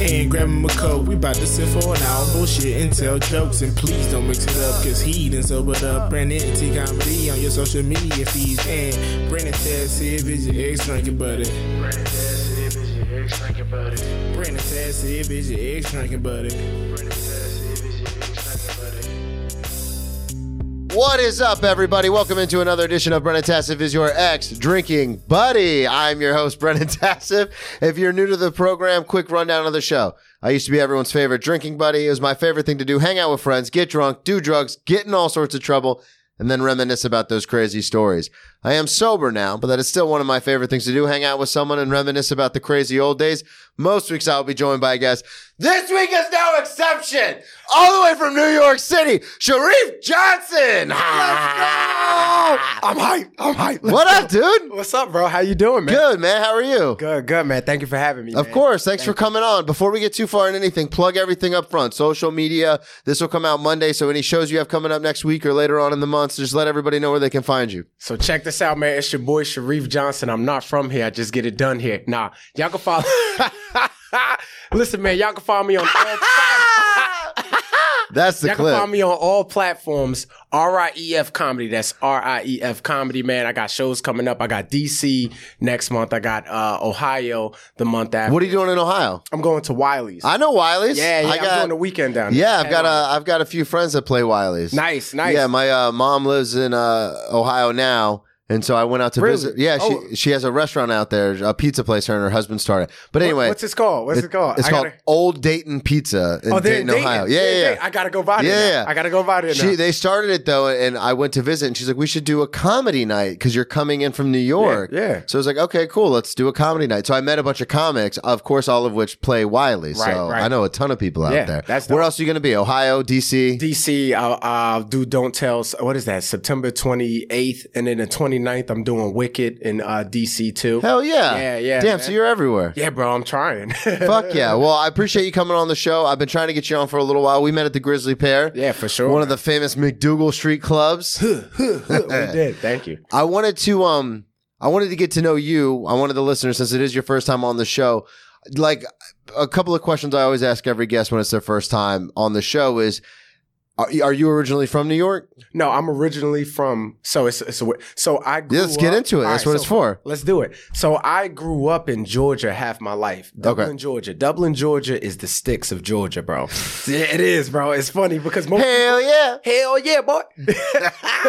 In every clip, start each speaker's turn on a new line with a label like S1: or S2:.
S1: and grab him a coat. We about to sit for an hour, bullshit and tell jokes. And please don't mix it up, cause he done sobered up. Brandon T Comedy on your social media feeds. And Brandon Taz Siv is your ex drinking buddy.
S2: Brandon Tassiv is your ex drinking buddy.
S1: Brandon Taz Siv is your ex drinking buddy.
S2: Brandon Tassiv is your ex drinking buddy.
S3: What is up, everybody? Welcome into another edition of Brennan Tassif is your ex drinking buddy. I'm your host, Brennan Tassif. If you're new to the program, quick rundown of the show. I used to be everyone's favorite drinking buddy. It was my favorite thing to do hang out with friends, get drunk, do drugs, get in all sorts of trouble, and then reminisce about those crazy stories. I am sober now, but that is still one of my favorite things to do hang out with someone and reminisce about the crazy old days. Most weeks I'll be joined by a guest. This week is no exception. All the way from New York City, Sharif Johnson.
S4: I'm hyped. I'm hyped. Let's
S3: What
S4: go.
S3: up, dude?
S4: What's up, bro? How you doing, man?
S3: Good, man. How are you?
S4: good, good, man. Thank you for having me.
S3: Of
S4: man.
S3: course. Thanks for coming on. Before we get too far in anything, plug everything up front. Social media. This will come out Monday. So any shows you have coming up next week or later on in the month, just let everybody know where they can find you.
S4: So check this out, man. It's your boy Sharif Johnson. I'm not from here. I just get it done here. Nah, y'all can follow. Listen, man, y'all can follow me on all.
S3: That's the
S4: Y'all
S3: clip.
S4: can find me on all platforms. R I E F comedy. That's R I E F comedy, man. I got shows coming up. I got DC next month. I got uh, Ohio the month after.
S3: What are you doing in Ohio?
S4: I'm going to Wiley's.
S3: I know Wiley's.
S4: yeah, yeah.
S3: I
S4: I am doing the weekend down. there.
S3: yeah, I've got a, I've got a few friends that play Wiley's.
S4: nice, nice.
S3: Yeah, my uh, mom lives in uh, Ohio now, and so I went out to
S4: Really?
S3: visit. Yeah, she
S4: Oh.
S3: she has a restaurant out there, a pizza place. Her and her husband started. But
S4: What-
S3: anyway,
S4: what's this called? What's it, called?
S3: It's
S4: I
S3: called
S4: gotta- Oh,
S3: Old Dayton Pizza in
S4: they're
S3: Dayton, Ohio. Yeah, yeah, yeah.
S4: I gotta go by there.
S3: Yeah,
S4: Yeah,
S3: yeah.
S4: I gotta go by there.
S3: She,
S4: now.
S3: they started it though, and I went to visit, and she's like, "We should do a comedy night because you're coming in from New York."
S4: yeah.
S3: So I was like, "Okay, cool, let's do a comedy night." So I met a bunch of comics, of course, all of which play Wiley.
S4: Right,
S3: so
S4: right.
S3: I know a ton of people out
S4: Yeah,
S3: there.
S4: that's
S3: Where
S4: dope.
S3: else are you going to be? Ohio, DC.
S4: DC, I'll, I'll do Don't Tell. What is that? September 28th, and then the 29th, I'm doing Wicked in uh, DC too.
S3: Hell yeah!
S4: Yeah, yeah,
S3: Damn, so
S4: man.
S3: you're everywhere.
S4: yeah, bro, I'm trying.
S3: Fuck yeah. Well, I appreciate you coming on the show. I've been trying to get you on for a little while. We met at the Grizzly Pair.
S4: Yeah, for sure.
S3: One of the famous McDougal Street clubs.
S4: we did. Thank you.
S3: I wanted to um I wanted to get to know you. I wanted the listeners since it is your first time on the show. Like a couple of questions I always ask every guest when it's their first time on the show is are, are you originally from New York?
S4: No, I'm originally from. So it's, it's a, so I grew
S3: Yeah, let's get
S4: up-
S3: into it.
S4: All
S3: That's
S4: right,
S3: what
S4: so
S3: it's for.
S4: Let's do it. So I grew up in Georgia half my life. Dublin, Georgia. Dublin, Georgia is the sticks of Georgia, bro. yeah, it is, bro. It's funny because most
S3: Hell yeah.
S4: Hell yeah, boy.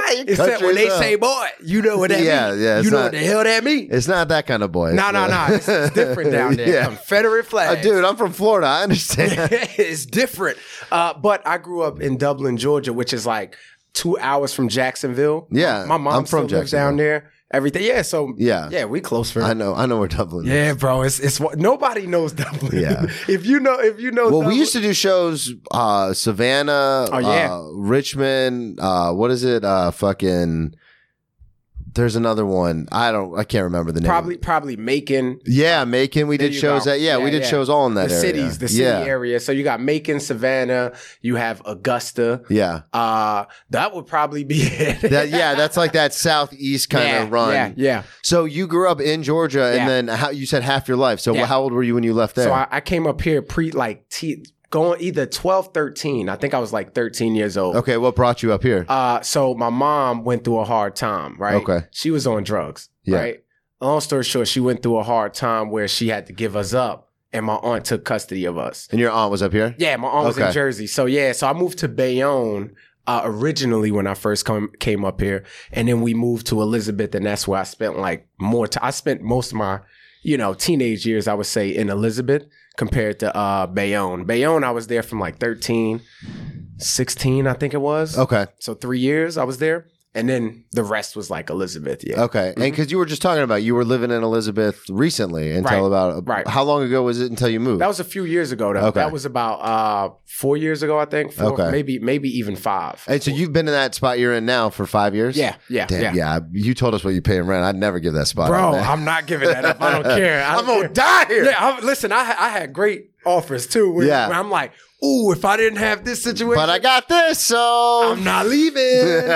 S4: Except when they
S3: country's up.
S4: say boy, you know what that
S3: Yeah,
S4: means.
S3: yeah, it's
S4: you know
S3: not-
S4: what the hell that means.
S3: It's not that kind of boy.
S4: No, no, no. It's it's different down there.
S3: Yeah.
S4: Confederate
S3: Uh,
S4: flag.
S3: dude, I'm from Florida. I understand.
S4: it's different. Uh, but I grew up in Dublin, Georgia, which is like two hours from Jacksonville.
S3: Yeah,
S4: My mom
S3: I'm from
S4: still lives
S3: Jacksonville.
S4: down there. Everything. Yeah, so
S3: Yeah.
S4: yeah, we close for
S3: I know. I know where Dublin is.
S4: Yeah, bro. It's it's what nobody knows Dublin.
S3: Yeah.
S4: if you know if you know
S3: Well,
S4: Dublin,
S3: we used to do shows, uh, Savannah,
S4: Oh, yeah.
S3: uh, Richmond, uh, what is it? Uh, fucking, there's another one. I don't, I can't remember the name.
S4: probably probably Macon.
S3: Yeah, Macon. We
S4: There
S3: did
S4: you
S3: shows
S4: go.
S3: that. Yeah,
S4: Yeah,
S3: we did
S4: yeah.
S3: shows all in that
S4: the
S3: area.
S4: cities, the city
S3: yeah.
S4: area. So you got Macon, Savannah, you have Augusta.
S3: Yeah.
S4: Uh that would probably be it.
S3: That, yeah, that's like that southeast kind
S4: Yeah,
S3: of run.
S4: Yeah, yeah.
S3: So you grew up in Georgia,
S4: Yeah.
S3: and then how, you said half your life. So
S4: Yeah.
S3: how old were you when you left there?
S4: So I, I came up here pre like t- going either 12, 13. I think I was like 13 years old.
S3: okay, what brought you up here?
S4: Uh so my mom went through a hard time, right?
S3: Okay.
S4: She was on drugs,
S3: Yeah.
S4: right? Long story short, she went through a hard time where she had to give us up and my aunt took custody of us.
S3: and your aunt was up here.
S4: Yeah, my aunt was
S3: Okay.
S4: in Jersey. So yeah, so I moved to Bayonne uh, originally when I first come, came up here, and then we moved to Elizabeth, and that's where I spent like more time. I spent most of my you know teenage years, I would say, in Elizabeth compared to uh, Bayonne. Bayonne, I was there from like 13, 16, I think it was.
S3: Okay.
S4: So three years I was there. and then the rest was like Elizabeth. Yeah,
S3: Okay. And because you were just talking about you were living in Elizabeth recently until
S4: Right.
S3: about uh,
S4: Right.
S3: how long ago was it until you moved?
S4: that was a few years ago though.
S3: Okay.
S4: That was about uh, four years ago, I think. Four,
S3: Okay.
S4: maybe maybe even five.
S3: and so you've been in that spot you're in now for five years?
S4: yeah, yeah,
S3: Damn, yeah.
S4: yeah.
S3: You told us what you pay in rent. I'd never give that spot.
S4: Bro,
S3: up, man.
S4: I'm not giving that up. I don't care. I
S3: I'm
S4: don't
S3: gonna
S4: care.
S3: die here.
S4: Yeah, I, listen, I, I had great offers too. Where,
S3: Yeah.
S4: where I'm like, ooh, if I didn't have this situation,
S3: but I got this, so
S4: I'm not leaving.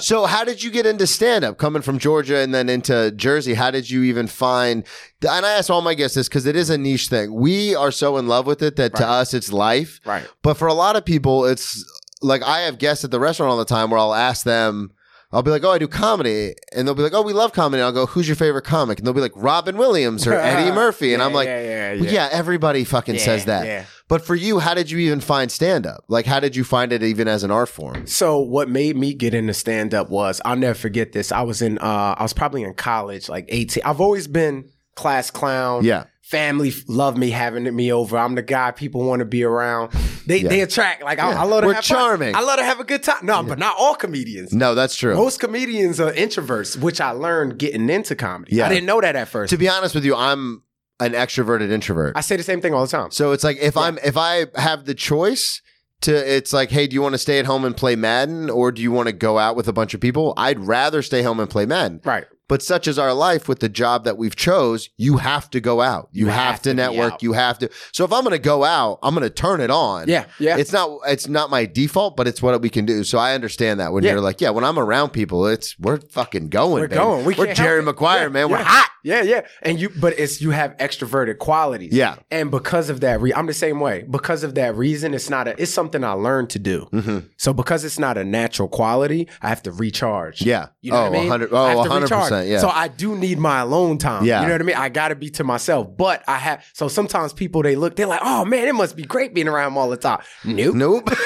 S3: so how did you get into stand up coming from Georgia and then into Jersey? How did you even find and I ask all my guests this because it is a niche thing. We are so in love with it that to us it's life.
S4: Right.
S3: But for a lot of people, it's like I have guests at the restaurant all the time where I'll ask them I'll be like, oh, I do comedy. And they'll be like, oh, we love comedy. And I'll go, who's your favorite comic? And they'll be like, Robin Williams or Eddie Murphy. And
S4: Yeah,
S3: I'm like,
S4: yeah, yeah,
S3: well,
S4: yeah.
S3: yeah, everybody fucking
S4: Yeah,
S3: says that.
S4: yeah.
S3: But for you, how did you even find stand up? Like, how did you find it even as an art form?
S4: So what made me get into stand up was I'll never forget this. I was in uh I was probably in college, like 18. I've always been class clown.
S3: Yeah.
S4: Family f- love me having me over. I'm the guy people want to be around. They
S3: Yeah.
S4: they attract. Like I, I love to
S3: We're
S4: have fun.
S3: charming.
S4: I love to have a good time. No, but not all comedians.
S3: No, that's true.
S4: Most comedians are introverts, which I learned getting into comedy.
S3: Yeah.
S4: I didn't know that at first.
S3: to be honest with you, I'm an extroverted introvert.
S4: I say the same thing all the time.
S3: so it's like if I'm if I have the choice to it's like, hey, do you want to stay at home and play Madden or do you want to go out with a bunch of people? I'd rather stay home and play Madden.
S4: Right.
S3: But such is our life with the job that we've chose, you have to go out. You, have,
S4: have
S3: to,
S4: to be
S3: network.
S4: out.
S3: You have to. So if I'm going to go out, I'm going to turn it on.
S4: Yeah, yeah.
S3: It's not it's not my default, but it's what we can do. So I understand that when
S4: Yeah.
S3: you're like, yeah, when I'm around people, it's we're fucking going.
S4: We're
S3: baby.
S4: going. We
S3: are
S4: can't
S3: Jerry
S4: help it.
S3: Maguire,
S4: Yeah,
S3: man. We're
S4: yeah.
S3: hot.
S4: Yeah, yeah. And you, but it's you have extroverted qualities.
S3: Yeah.
S4: And because of that, re- I'm the same way. Because of that reason, it's not a. It's something I learned to do.
S3: Mm-hmm.
S4: So because it's not a natural quality, I have to recharge.
S3: Yeah.
S4: You know
S3: Oh,
S4: what I mean?
S3: 100
S4: I have
S3: oh,
S4: to recharge.
S3: 100%, yeah.
S4: So I do need my alone time.
S3: Yeah.
S4: You know what I mean? I got to be to myself. But I have. So sometimes people they look, they're like, "Oh man, it must be great being around him all the time." Nope.
S3: Nope.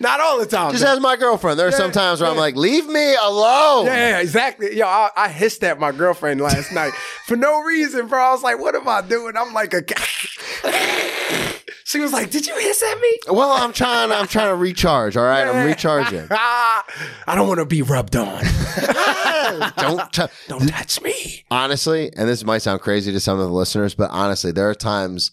S4: not all the time.
S3: Just
S4: though.
S3: as my girlfriend. There are
S4: Yeah,
S3: some times where I'm
S4: yeah.
S3: like, leave me alone.
S4: Yeah, yeah, exactly. Yo, I, I hissed at my girlfriend last night for no reason, bro. I was like, "What am I doing?" I'm like a. she was like, "Did you hiss at me?"
S3: Well, I'm trying. I'm trying to recharge. All right, I'm recharging.
S4: Ah, I don't want to be rubbed on.
S3: Don't t-
S4: don't touch me.
S3: honestly, and this might sound crazy to some of the listeners, but honestly, there are times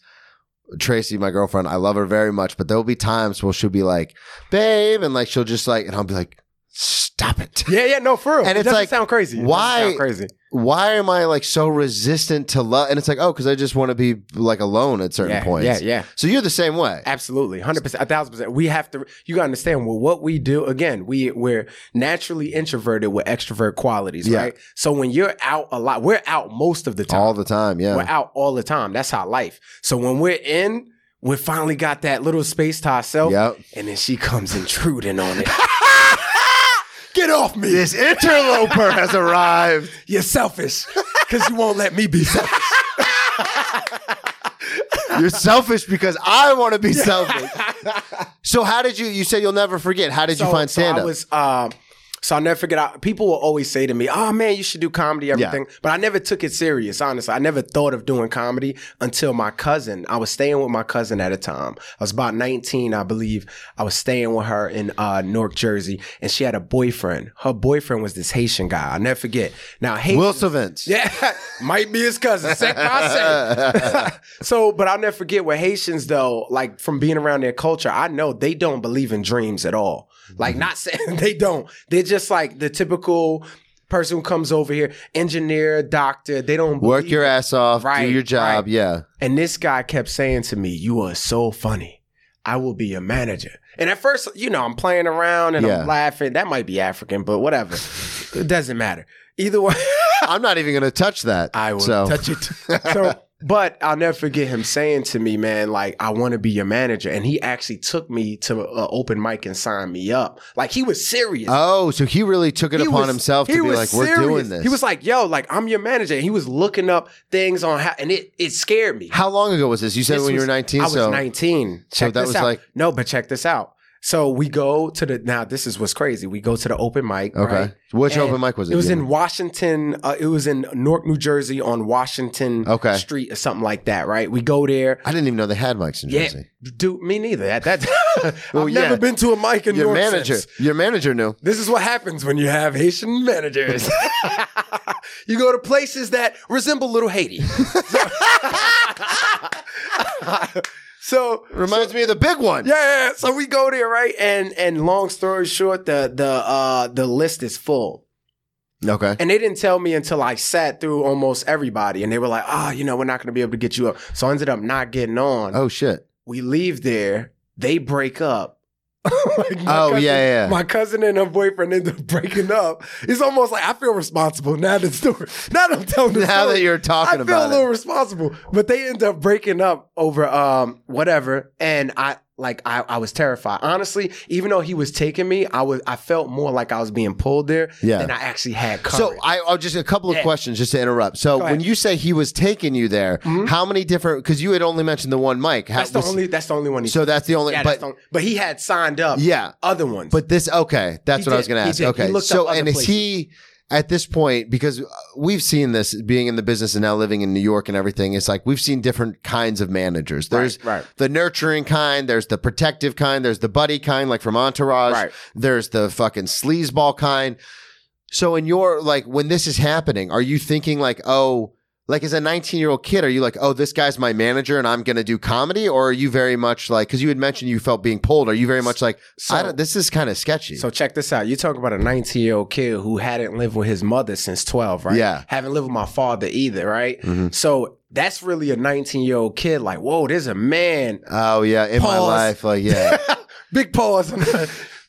S3: Tracy, my girlfriend, I love her very much, but there'll be times where she'll be like, babe, and like she'll just like, and I'll be like, stop it.
S4: Yeah, yeah, no, for real.
S3: And
S4: It
S3: it's
S4: doesn't
S3: like,
S4: sound crazy. It doesn't
S3: why-
S4: sound crazy?
S3: Why am I like so resistant to love? And it's like, oh, because I just want to be like alone at certain
S4: Yeah,
S3: points.
S4: yeah, yeah.
S3: So you're the same way.
S4: Absolutely, hundred percent, a thousand percent. We have to. You gotta understand. Well, what we do again, we we're naturally introverted with extrovert qualities,
S3: Yeah.
S4: right? So when you're out a lot, we're out most of the time.
S3: All the time. Yeah.
S4: We're out all the time. That's how life. So when we're in, we finally got that little space to ourselves.
S3: Yep.
S4: And then she comes intruding on it. Get off me.
S3: This interloper has arrived.
S4: You're selfish. Cause you won't let me be selfish.
S3: You're selfish because I want to be selfish. So how did you? You said you'll never forget. How did you find stand
S4: I
S3: up?
S4: was um so I'll never forget. I, people will always say to me, "Oh man, you should do comedy, everything." But I never took it serious. Honestly, I never thought of doing comedy until my cousin. I was staying with my cousin at a time. I was about nineteen, I believe. I was staying with her in uh, Newark, Jersey, and she had a boyfriend. Her boyfriend was this Haitian guy. I'll never forget. Now, Haitian,
S3: Will Savins.
S4: yeah, might be his cousin. Sick by sick. so, but I'll never forget with Haitians though, like from being around their culture, I know they don't believe in dreams at all. Like,
S3: Mm-hmm.
S4: not saying they don't. They're just like the typical person who comes over here, engineer, doctor. They don't
S3: Work
S4: believe-
S3: your ass off.
S4: Right,
S3: do your job.
S4: right.
S3: Yeah.
S4: And this guy kept saying to me, "You are so funny." I will be your manager. And at first, you know, I'm playing around and
S3: Yeah.
S4: I'm laughing. That might be African, but whatever. it doesn't matter. Either way.
S3: I'm not even going to touch that.
S4: I will
S3: so.
S4: touch it. so, but I'll never forget him saying to me, man, like, I want to be your manager. And he actually took me to an open mic and signed me up. Like, he was serious.
S3: Oh, so he really took it
S4: He
S3: upon
S4: was-
S3: himself to
S4: he
S3: be
S4: was
S3: like, we're
S4: serious.
S3: doing this.
S4: He was like, yo, like, I'm your manager. And he was looking up things on how, and it, it scared me.
S3: how long ago was this? You said
S4: This
S3: when you
S4: was-
S3: were 19.
S4: I was
S3: so
S4: 19. Check
S3: that
S4: this
S3: was
S4: out.
S3: like-
S4: no, but check this out. So we go to the now. This is what's crazy. We go to the open mic.
S3: Okay.
S4: right?
S3: Which
S4: And
S3: open mic was it?
S4: It was
S3: Ian?
S4: in Washington. Uh, it was in Newark, New Jersey, on Washington
S3: Okay.
S4: Street or something like that. Right. We go there.
S3: I didn't even know they had mics in
S4: Yeah.
S3: Jersey.
S4: Dude, me neither. At that, I've
S3: Well, yeah.
S4: never been to a mic in
S3: Your
S4: Newark
S3: manager,
S4: since.
S3: your manager knew.
S4: This is what happens when you have Haitian managers. you go to places that resemble Little Haiti. so
S3: Reminds me of the big one.
S4: yeah, yeah. So we go there, right? And and long story short, the the uh the list is full.
S3: Okay.
S4: And they didn't tell me until I sat through almost everybody. And they were like, oh, you know, we're not gonna be able to get you up. So I ended up not getting on.
S3: Oh shit.
S4: We leave there, they break up. Like, my
S3: Oh,
S4: cousin-
S3: yeah, yeah.
S4: My cousin and her boyfriend end up breaking up. It's almost like I feel responsible now that story. Now that I'm telling the
S3: Now
S4: story.
S3: that you're talking
S4: I feel a
S3: about
S4: little
S3: it.
S4: responsible, but they end up breaking up over um whatever, and I like I, I was terrified. Honestly, even though he was taking me, I was I felt more like I was being pulled there
S3: Yeah.
S4: than I actually had courage.
S3: So I I'll just a couple of
S4: Yeah.
S3: questions just to interrupt. So
S4: Go ahead. Mm-hmm.
S3: when you say he was taking you there, how many different? Because you had only mentioned the one mic. How,
S4: that's the
S3: was-
S4: only that's the only one. He,
S3: So that's the only.
S4: yeah, that's
S3: but
S4: the only- but he had signed up.
S3: Yeah.
S4: other ones.
S3: But this, okay, that's
S4: He
S3: what I was
S4: did.
S3: going to
S4: He
S3: ask.
S4: did. He
S3: Okay,
S4: looked
S3: so
S4: up other
S3: and is he at this point because we've seen this being in the business and now living in New York and everything? It's like we've seen different kinds of managers. There's
S4: right.
S3: the nurturing kind, there's the protective kind, there's the buddy kind, like from Entourage.
S4: Right.
S3: There's the fucking sleazeball kind. So in your like when this is happening, are you thinking like, oh? Like as a 19 year old kid, are you like, oh, this guy's my manager and I'm gonna do comedy, or are you very much like, because you had mentioned you felt being pulled, are you very much like, I
S4: So-
S3: don't, this is kind of sketchy.
S4: So check this out. You're talking about a 19 year old kid who hadn't lived with his mother since 12, right?
S3: Yeah.
S4: Haven't lived with my father either, right?
S3: Mhm.
S4: So that's really a 19 year old kid. Like, whoa, there's a man.
S3: oh yeah, in my
S4: Pause.
S3: life, like yeah,
S4: Big pause.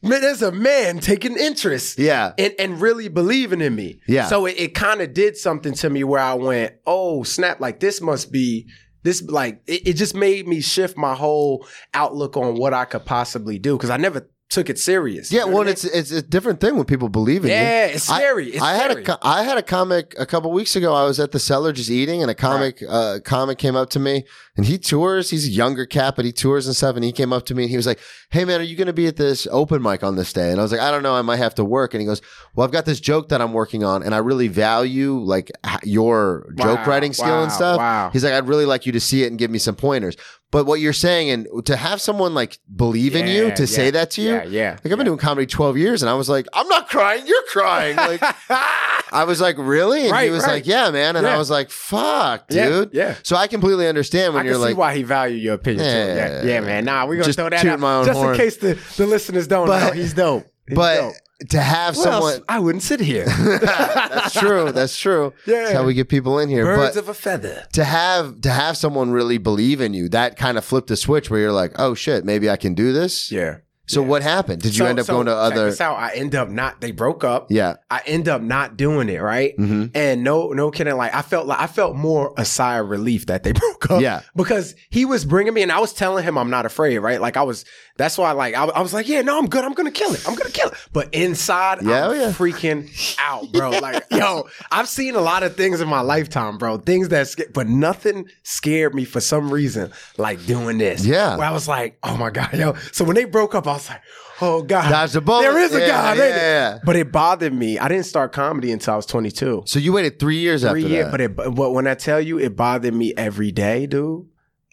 S4: man, there's a man taking interest
S3: yeah,
S4: and, and really believing in me.
S3: Yeah.
S4: So it, it kind of did something to me where I went, oh, snap, like this must be. This like it, it just made me shift my whole outlook on what I could possibly do because I never took it serious.
S3: yeah.
S4: You know what
S3: Well,
S4: I mean?
S3: it's it's a different thing when people believe in you.
S4: yeah, it's
S3: I-
S4: scary. it's
S3: I had
S4: scary.
S3: a co- I had a comic a couple weeks ago. I was at the cellar just eating, and a comic uh, comic came up to me, and he tours. He's a younger cat, but he tours and stuff. And he came up to me, and he was like, "Hey man, are you going to be at this open mic on this day?" And I was like, "I don't know. I might have to work." And he goes, "Well, I've got this joke that I'm working on, and I really value like h- your joke
S4: Wow,
S3: writing skill and
S4: wow,
S3: stuff."
S4: wow.
S3: He's like, "I'd really like you to see it and give me some pointers." But what you're saying, and to have someone like believe in you
S4: Yeah,
S3: to say
S4: yeah,
S3: that to you,
S4: Yeah, yeah.
S3: like I've been doing comedy 12 years and I was like, I'm not crying, you're crying. Like I was like, really? And he
S4: Right,
S3: was
S4: right.
S3: like, yeah, man. And I
S4: Yeah.
S3: was like, fuck,
S4: Yeah,
S3: dude.
S4: yeah.
S3: So I completely understand when
S4: I
S3: you're
S4: can see
S3: like,
S4: why he valued your opinion. Yeah,
S3: Yeah,
S4: yeah,
S3: yeah,
S4: yeah,
S3: yeah.
S4: man. Nah, we're gonna
S3: Just
S4: throw that
S3: tooting
S4: out
S3: my own
S4: just
S3: horn.
S4: in case the, the listeners don't
S3: But-
S4: know. He's dope. He's
S3: but
S4: dope.
S3: to have
S4: Well,
S3: someone.
S4: I wouldn't sit here.
S3: that's true. That's true.
S4: Yeah.
S3: That's how we get people in here.
S4: Birds
S3: but
S4: of a feather.
S3: to have to have someone really believe in you, that kind of flipped the switch where you're like, oh shit, maybe I can do this.
S4: Yeah.
S3: So what happened? Did you
S4: So-
S3: end up
S4: so
S3: going to
S4: check
S3: other?
S4: This out. I end up not. They broke up.
S3: Yeah.
S4: I end up not doing it. Right.
S3: hmm
S4: And no, no kidding. Like I felt like I felt more a sigh of relief that they broke up.
S3: Yeah.
S4: Because he was bringing me, and I was telling him I'm not afraid, right? Like I was. That's why, like I, I was like, yeah, no, I'm good. I'm gonna kill it. I'm gonna kill it. But inside,
S3: Yeah, oh,
S4: I'm
S3: yeah.
S4: freaking out, bro. Like yo, I've seen a lot of things in my lifetime, bro. Things that, sca- but nothing scared me for some reason, like doing this.
S3: Yeah.
S4: Where I was like, oh my god, yo. So when they broke up, I was like, oh god,
S3: Dodged a bullet.
S4: There is a
S3: Yeah,
S4: god,
S3: yeah,
S4: ain't it?
S3: yeah.
S4: But it bothered me. I didn't start comedy until I was 22
S3: So you waited three years after
S4: three years.
S3: that.
S4: But it, but when I tell you, it bothered me every day, dude.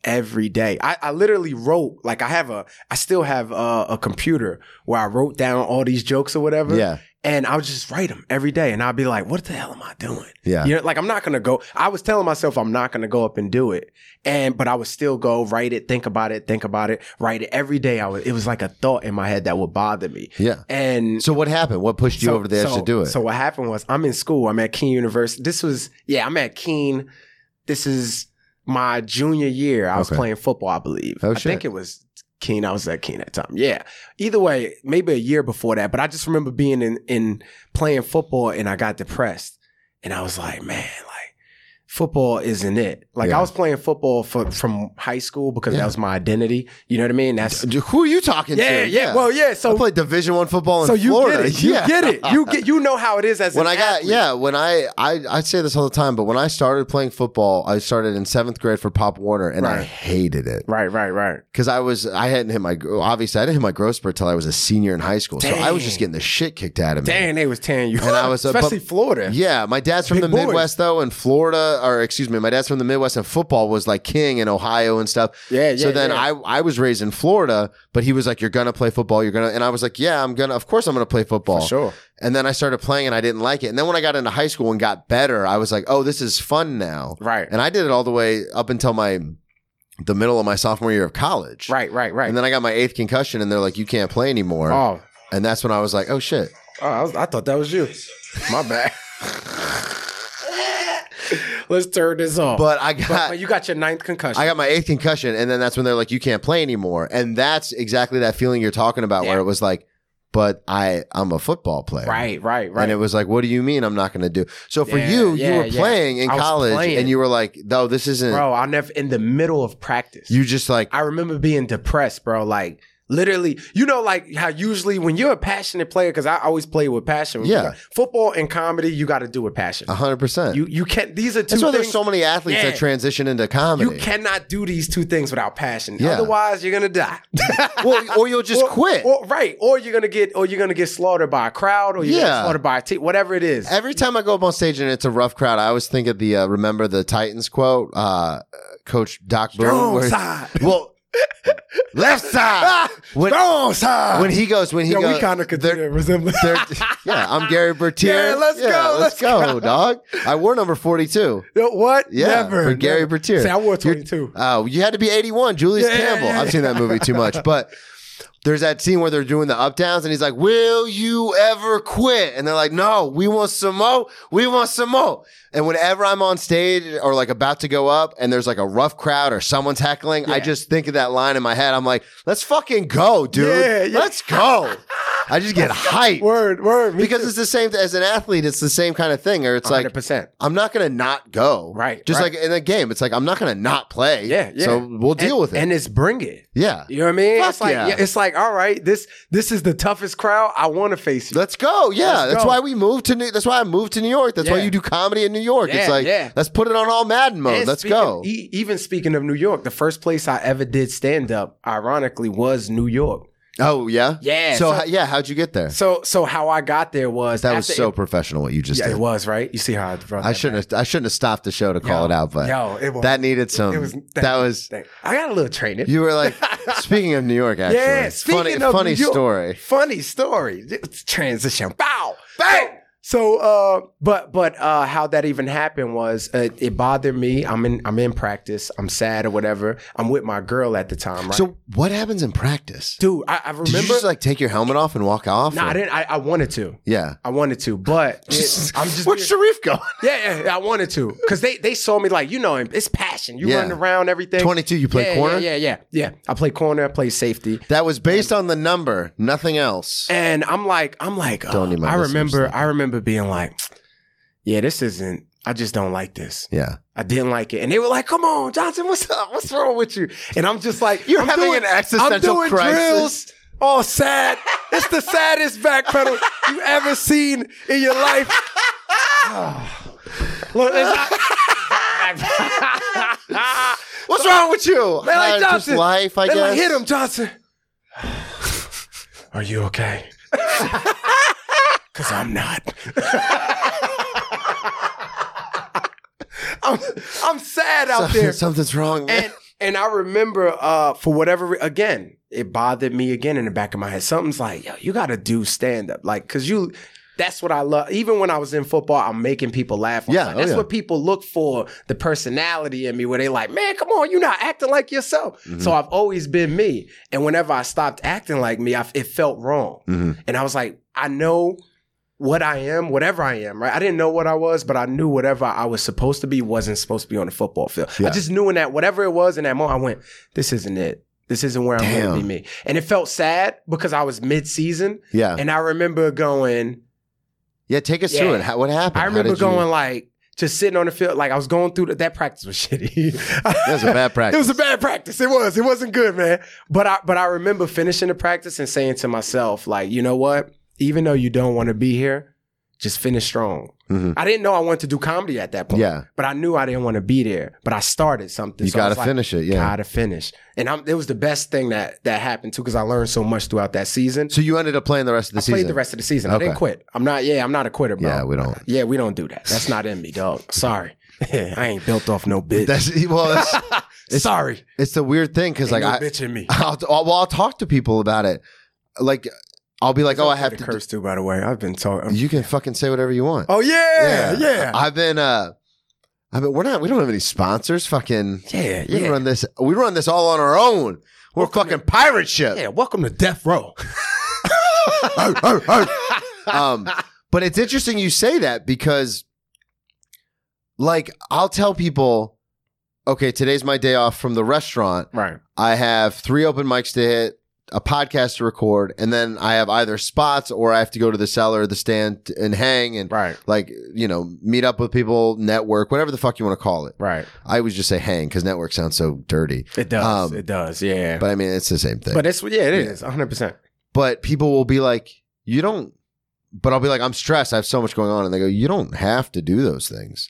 S4: Every day, I, I literally wrote like I have a, I still have a, a computer where I wrote down all these jokes or whatever.
S3: Yeah.
S4: and I would just write them every day, and I'd be like, "What the hell am I doing?"
S3: Yeah.
S4: you know, like I'm not gonna go. I was telling myself I'm not gonna go up and do it, and but I would still go write it, think about it, think about it, write it every day. I was, it was like a thought in my head that would bother me.
S3: Yeah.
S4: and
S3: so what happened? What pushed you
S4: so-
S3: over the edge
S4: so-
S3: to do it?
S4: So what happened was I'm in school. I'm at Keene University. This was yeah, I'm at Keene. This is my junior year. I was
S3: Okay.
S4: playing football, I believe.
S3: Oh,
S4: I
S3: shit.
S4: think it was Keene. I was at Keene at the time. Yeah. Either way, maybe a year before that. But I just remember being in in playing football and I got depressed. And I was like, man, like football isn't it. Like
S3: Yeah.
S4: I was playing football for, from high school because
S3: Yeah.
S4: that was my identity. You know what I mean? That's
S3: D- Who are you talking
S4: yeah, yeah.
S3: to?
S4: Well, yeah.
S3: I
S4: So
S3: played Division One football in
S4: so you
S3: Florida.
S4: get it. You
S3: yeah.
S4: get it. You get. You know how it is as
S3: when
S4: an
S3: I got
S4: athlete.
S3: yeah, when I, I I say this all the time, but when I started playing football, I started in seventh grade for Pop Warner, and I
S4: Right.
S3: hated it
S4: Right. Right. Right.
S3: because I was I hadn't hit my obviously I didn't hit my growth spurt till I was a senior in high school, so I was just
S4: Dang.
S3: getting the shit kicked out of me.
S4: Dang, they was tearing you.
S3: And I was a-
S4: especially
S3: but-
S4: Florida.
S3: Yeah, my dad's from the
S4: Big boys.
S3: Midwest though, and Florida, or excuse me, my dad's from the Midwest, and football was like king in Ohio and stuff.
S4: Yeah,
S3: So
S4: yeah,
S3: then
S4: yeah.
S3: I I was raised in Florida, but he was like, "You're gonna play football, you're gonna," and I was like, "Yeah, I'm gonna, of course I'm gonna play football."
S4: For sure.
S3: And then I started playing, and I didn't like it. And then when I got into high school and got better, I was like, "Oh, this is fun now."
S4: Right.
S3: And I did it all the way up until my the middle of my sophomore year of college.
S4: Right. Right. Right.
S3: And then I got my eighth concussion, and they're like, "You can't play anymore."
S4: oh,
S3: And that's when I was like, "Oh shit."
S4: Oh, I, was, I thought that was you. My bad. Let's turn this off.
S3: But I got
S4: Oh. but, but you got your ninth concussion.
S3: I got my eighth concussion, and then that's when they're like, "You can't play anymore," and that's exactly that feeling you're talking about, where
S4: Yeah.
S3: it was like, "But I, I'm a football player."
S4: right, right, right.
S3: And it was like, what do you mean I'm not going to do? So for
S4: Yeah,
S3: you, you
S4: yeah,
S3: were
S4: yeah.
S3: playing in
S4: I was
S3: college
S4: playing.
S3: and you were like, no, this isn't.
S4: bro, I never in the middle of practice.
S3: You just like,
S4: I remember being depressed, bro. Like literally, you know, like how usually when you're a passionate player, because I always play with passion.
S3: Yeah.
S4: football and comedy, you got to do with passion.
S3: 100%.
S4: You you can't. These are two
S3: that's why there's
S4: things.
S3: so many athletes
S4: Yeah.
S3: that transition into comedy.
S4: you cannot do these two things without passion.
S3: Yeah.
S4: Otherwise, you're gonna die.
S3: Well, or you'll just
S4: or,
S3: quit.
S4: Or, right. Or you're gonna get or you're gonna get slaughtered by a crowd or you're gonna
S3: Yeah.
S4: get slaughtered by a team, whatever it is.
S3: Every time I go up on stage and it's a rough crowd, I always think of the uh, "Remember the Titans" quote, uh, Coach Doc Boone.
S4: Strong
S3: where-
S4: side.
S3: Well, left side. When,
S4: Strong side.
S3: when he goes, when he
S4: Yo,
S3: goes,
S4: we kind of could do
S3: they're-
S4: that resemblance.
S3: they're- yeah, I'm Gary Bertier.
S4: Yeah, let's go, let's go.
S3: dog. I wore number 42.
S4: Yo, what?
S3: Yeah,
S4: Never.
S3: for Gary
S4: never.
S3: Bertier.
S4: See, I wore
S3: You're-
S4: 22.
S3: Oh, you had to be 81, Julius
S4: Yeah, yeah,
S3: Campbell.
S4: yeah,
S3: I've seen that movie too much, but there's that scene where they're doing the up downs, and he's like, "Will you ever quit?" And they're like, "No, we want some more. We want some more." And whenever I'm on stage or like about to go up, and there's like a rough crowd or someone's heckling, I
S4: Yeah.
S3: just think of that line in my head. I'm like, "Let's fucking go, dude.
S4: Yeah, yeah.
S3: Let's go." I just get hyped
S4: word, word. Me
S3: because it's the same as an athlete. It's the same kind of thing, or it's like
S4: 100%.
S3: I'm not gonna not go.
S4: Right,
S3: Just
S4: right.
S3: like in a game, it's like I'm not gonna not play.
S4: Yeah, yeah.
S3: So we'll deal
S4: and,
S3: with it.
S4: And it's bring it.
S3: yeah.
S4: You know what I mean?
S3: Fuck
S4: it's like
S3: yeah.
S4: it's like, all right, this this is the toughest crowd. I want to face you.
S3: Let's go. Yeah.
S4: Let's
S3: that's
S4: go.
S3: why we moved to New that's why I moved to New York. That's why
S4: Yeah.
S3: you do comedy in New York. it's
S4: Yeah,
S3: like
S4: yeah.
S3: let's put it on all Madden mode.
S4: And
S3: let's
S4: speaking-
S3: go.
S4: e- even speaking of New York, the first place I ever did stand up, ironically, was New York.
S3: oh yeah?
S4: Yeah,
S3: So,
S4: so-
S3: how- yeah, how'd you get there?
S4: So so how I got there was
S3: that was
S4: after-
S3: so professional what you just
S4: yeah, it
S3: did.
S4: was right. You see how I brought
S3: I
S4: that
S3: shouldn't have I shouldn't have stopped the show to call
S4: Yo,
S3: it out, but
S4: back. Yo, it was
S3: that needed some
S4: it was-
S3: that was
S4: Dang. I got a little training.
S3: you were like speaking of New York actually.
S4: yeah, speaking
S3: funny
S4: of
S3: funny
S4: New York-
S3: story.
S4: funny story. It's transition. Bow, bang. So, uh, but but uh, how that even happened was uh, it bothered me. I'm in I'm in practice. I'm sad or whatever. I'm with my girl at the time, right?
S3: So what happens in practice?
S4: dude, I, I
S3: Did
S4: remember.
S3: you just like take your helmet off and walk off?
S4: nah,
S3: or-
S4: I didn't. I, I wanted to.
S3: Yeah.
S4: I wanted to, but it- I'm just
S3: Where's Sharif going?
S4: yeah, yeah, yeah, I wanted to because they they saw me like you know it's passion. You
S3: Yeah.
S4: run around everything.
S3: 22, you play
S4: yeah,
S3: corner?
S4: Yeah, yeah, yeah, yeah. I play corner. I play safety.
S3: That was based on the number, nothing else.
S4: And I'm like, I'm like, uh,
S3: Don't need my
S4: I
S3: listeners
S4: remember,
S3: to-
S4: I remember being like, yeah, this isn't. I just don't like this.
S3: Yeah.
S4: I didn't like it, and they were like, "Come on, Johnson, what's up? What's wrong with you?" And I'm just like,
S3: You're
S4: I'm
S3: having
S4: doing-
S3: an existential
S4: I'm doing
S3: crisis.
S4: Drills, all sad. it's the saddest backpedal you ever seen in your life. Look, it's not-
S3: What's wrong with you?
S4: They're like,
S3: Uh, just
S4: Johnson.
S3: life, I
S4: They're
S3: guess.
S4: like, hit him, Johnson. Are you okay? Cause I'm not. I'm, I'm sad out there.
S3: Something's wrong. man.
S4: And and I remember uh, for whatever re- again, it bothered me again in the back of my head. Something's like, yo, you gotta do stand up. Like, cause you that's what I love. Even when I was in football, I'm making people laugh. I'm
S3: Yeah,
S4: like,
S3: oh
S4: that's
S3: yeah.
S4: what people look for, the personality in me, where they like, man, come on, you're not acting like yourself.
S3: Mm-hmm.
S4: So I've always been me. And whenever I stopped acting like me, I, it felt wrong.
S3: Mhm.
S4: And I was like, I know what I am, whatever I am, right? I didn't know what I was, but I knew whatever I was supposed to be wasn't supposed to be on the football field.
S3: Yeah.
S4: I just knew in that whatever it was in that moment, I went, this isn't it. This isn't where I'm going
S3: Damn.
S4: to be me. And it felt sad because I was mid season.
S3: yeah.
S4: And I remember going,
S3: yeah. Take us through
S4: Yeah.
S3: it. How, what happened?
S4: I
S3: How
S4: remember
S3: did you-
S4: going like, just sitting on the field. Like I was going through the, that practice was shitty. That
S3: was a bad practice.
S4: it was a bad practice. It was. It wasn't good, man. But I but I remember finishing the practice and saying to myself, like, you know what? Even though you don't want to be here, just finish strong.
S3: Mhm.
S4: I didn't know I wanted to do comedy at that point.
S3: Yeah.
S4: But I knew I didn't want to be there. But I started something.
S3: You
S4: So I
S3: gotta
S4: was like,
S3: finish it, yeah.
S4: Gotta finish. And I'm, it was the best thing that that happened too, because I learned so much throughout that season.
S3: So you ended up playing the rest of the
S4: I
S3: season.
S4: played the rest of the season. I
S3: Okay.
S4: didn't quit. I'm not. Yeah, I'm not a quitter, bro.
S3: Yeah, we don't.
S4: Yeah, we don't do that. That's not in me, dog. Sorry. I ain't built off no bitch.
S3: That's well. That's,
S4: Sorry.
S3: it's the weird thing because like
S4: Ain't no
S3: I,
S4: bitch in me.
S3: I'll, I'll, well, I'll talk to people about it. Like I'll be like, oh, I have to.
S4: curse too, by the way. I've been talking.
S3: You can fucking say whatever you want.
S4: oh yeah, yeah.
S3: I've been. uh I mean, we're not. We don't have any sponsors. Fucking.
S4: yeah,
S3: We
S4: yeah.
S3: run this. We run this all on our own. We're fucking pirate ship.
S4: Yeah, welcome to death row.
S3: um, but it's interesting you say that because, like, I'll tell people, okay, today's my day off from the restaurant.
S4: right.
S3: I have three open mics to hit, a podcast to record, and then I have either spots or I have to go to the cellar or the stand and hang and
S4: Right.
S3: like, you know, meet up with people, network, whatever the fuck you want to call it.
S4: Right.
S3: I would just say hang because network sounds so dirty.
S4: It does.
S3: Um,
S4: it does. Yeah. But,
S3: But I mean, it's the same thing.
S4: it's yeah, it is 100. percent
S3: but people will be like, you don't, but I'll be like, I'm stressed. I have so much going on. And they go, you don't have to do those things.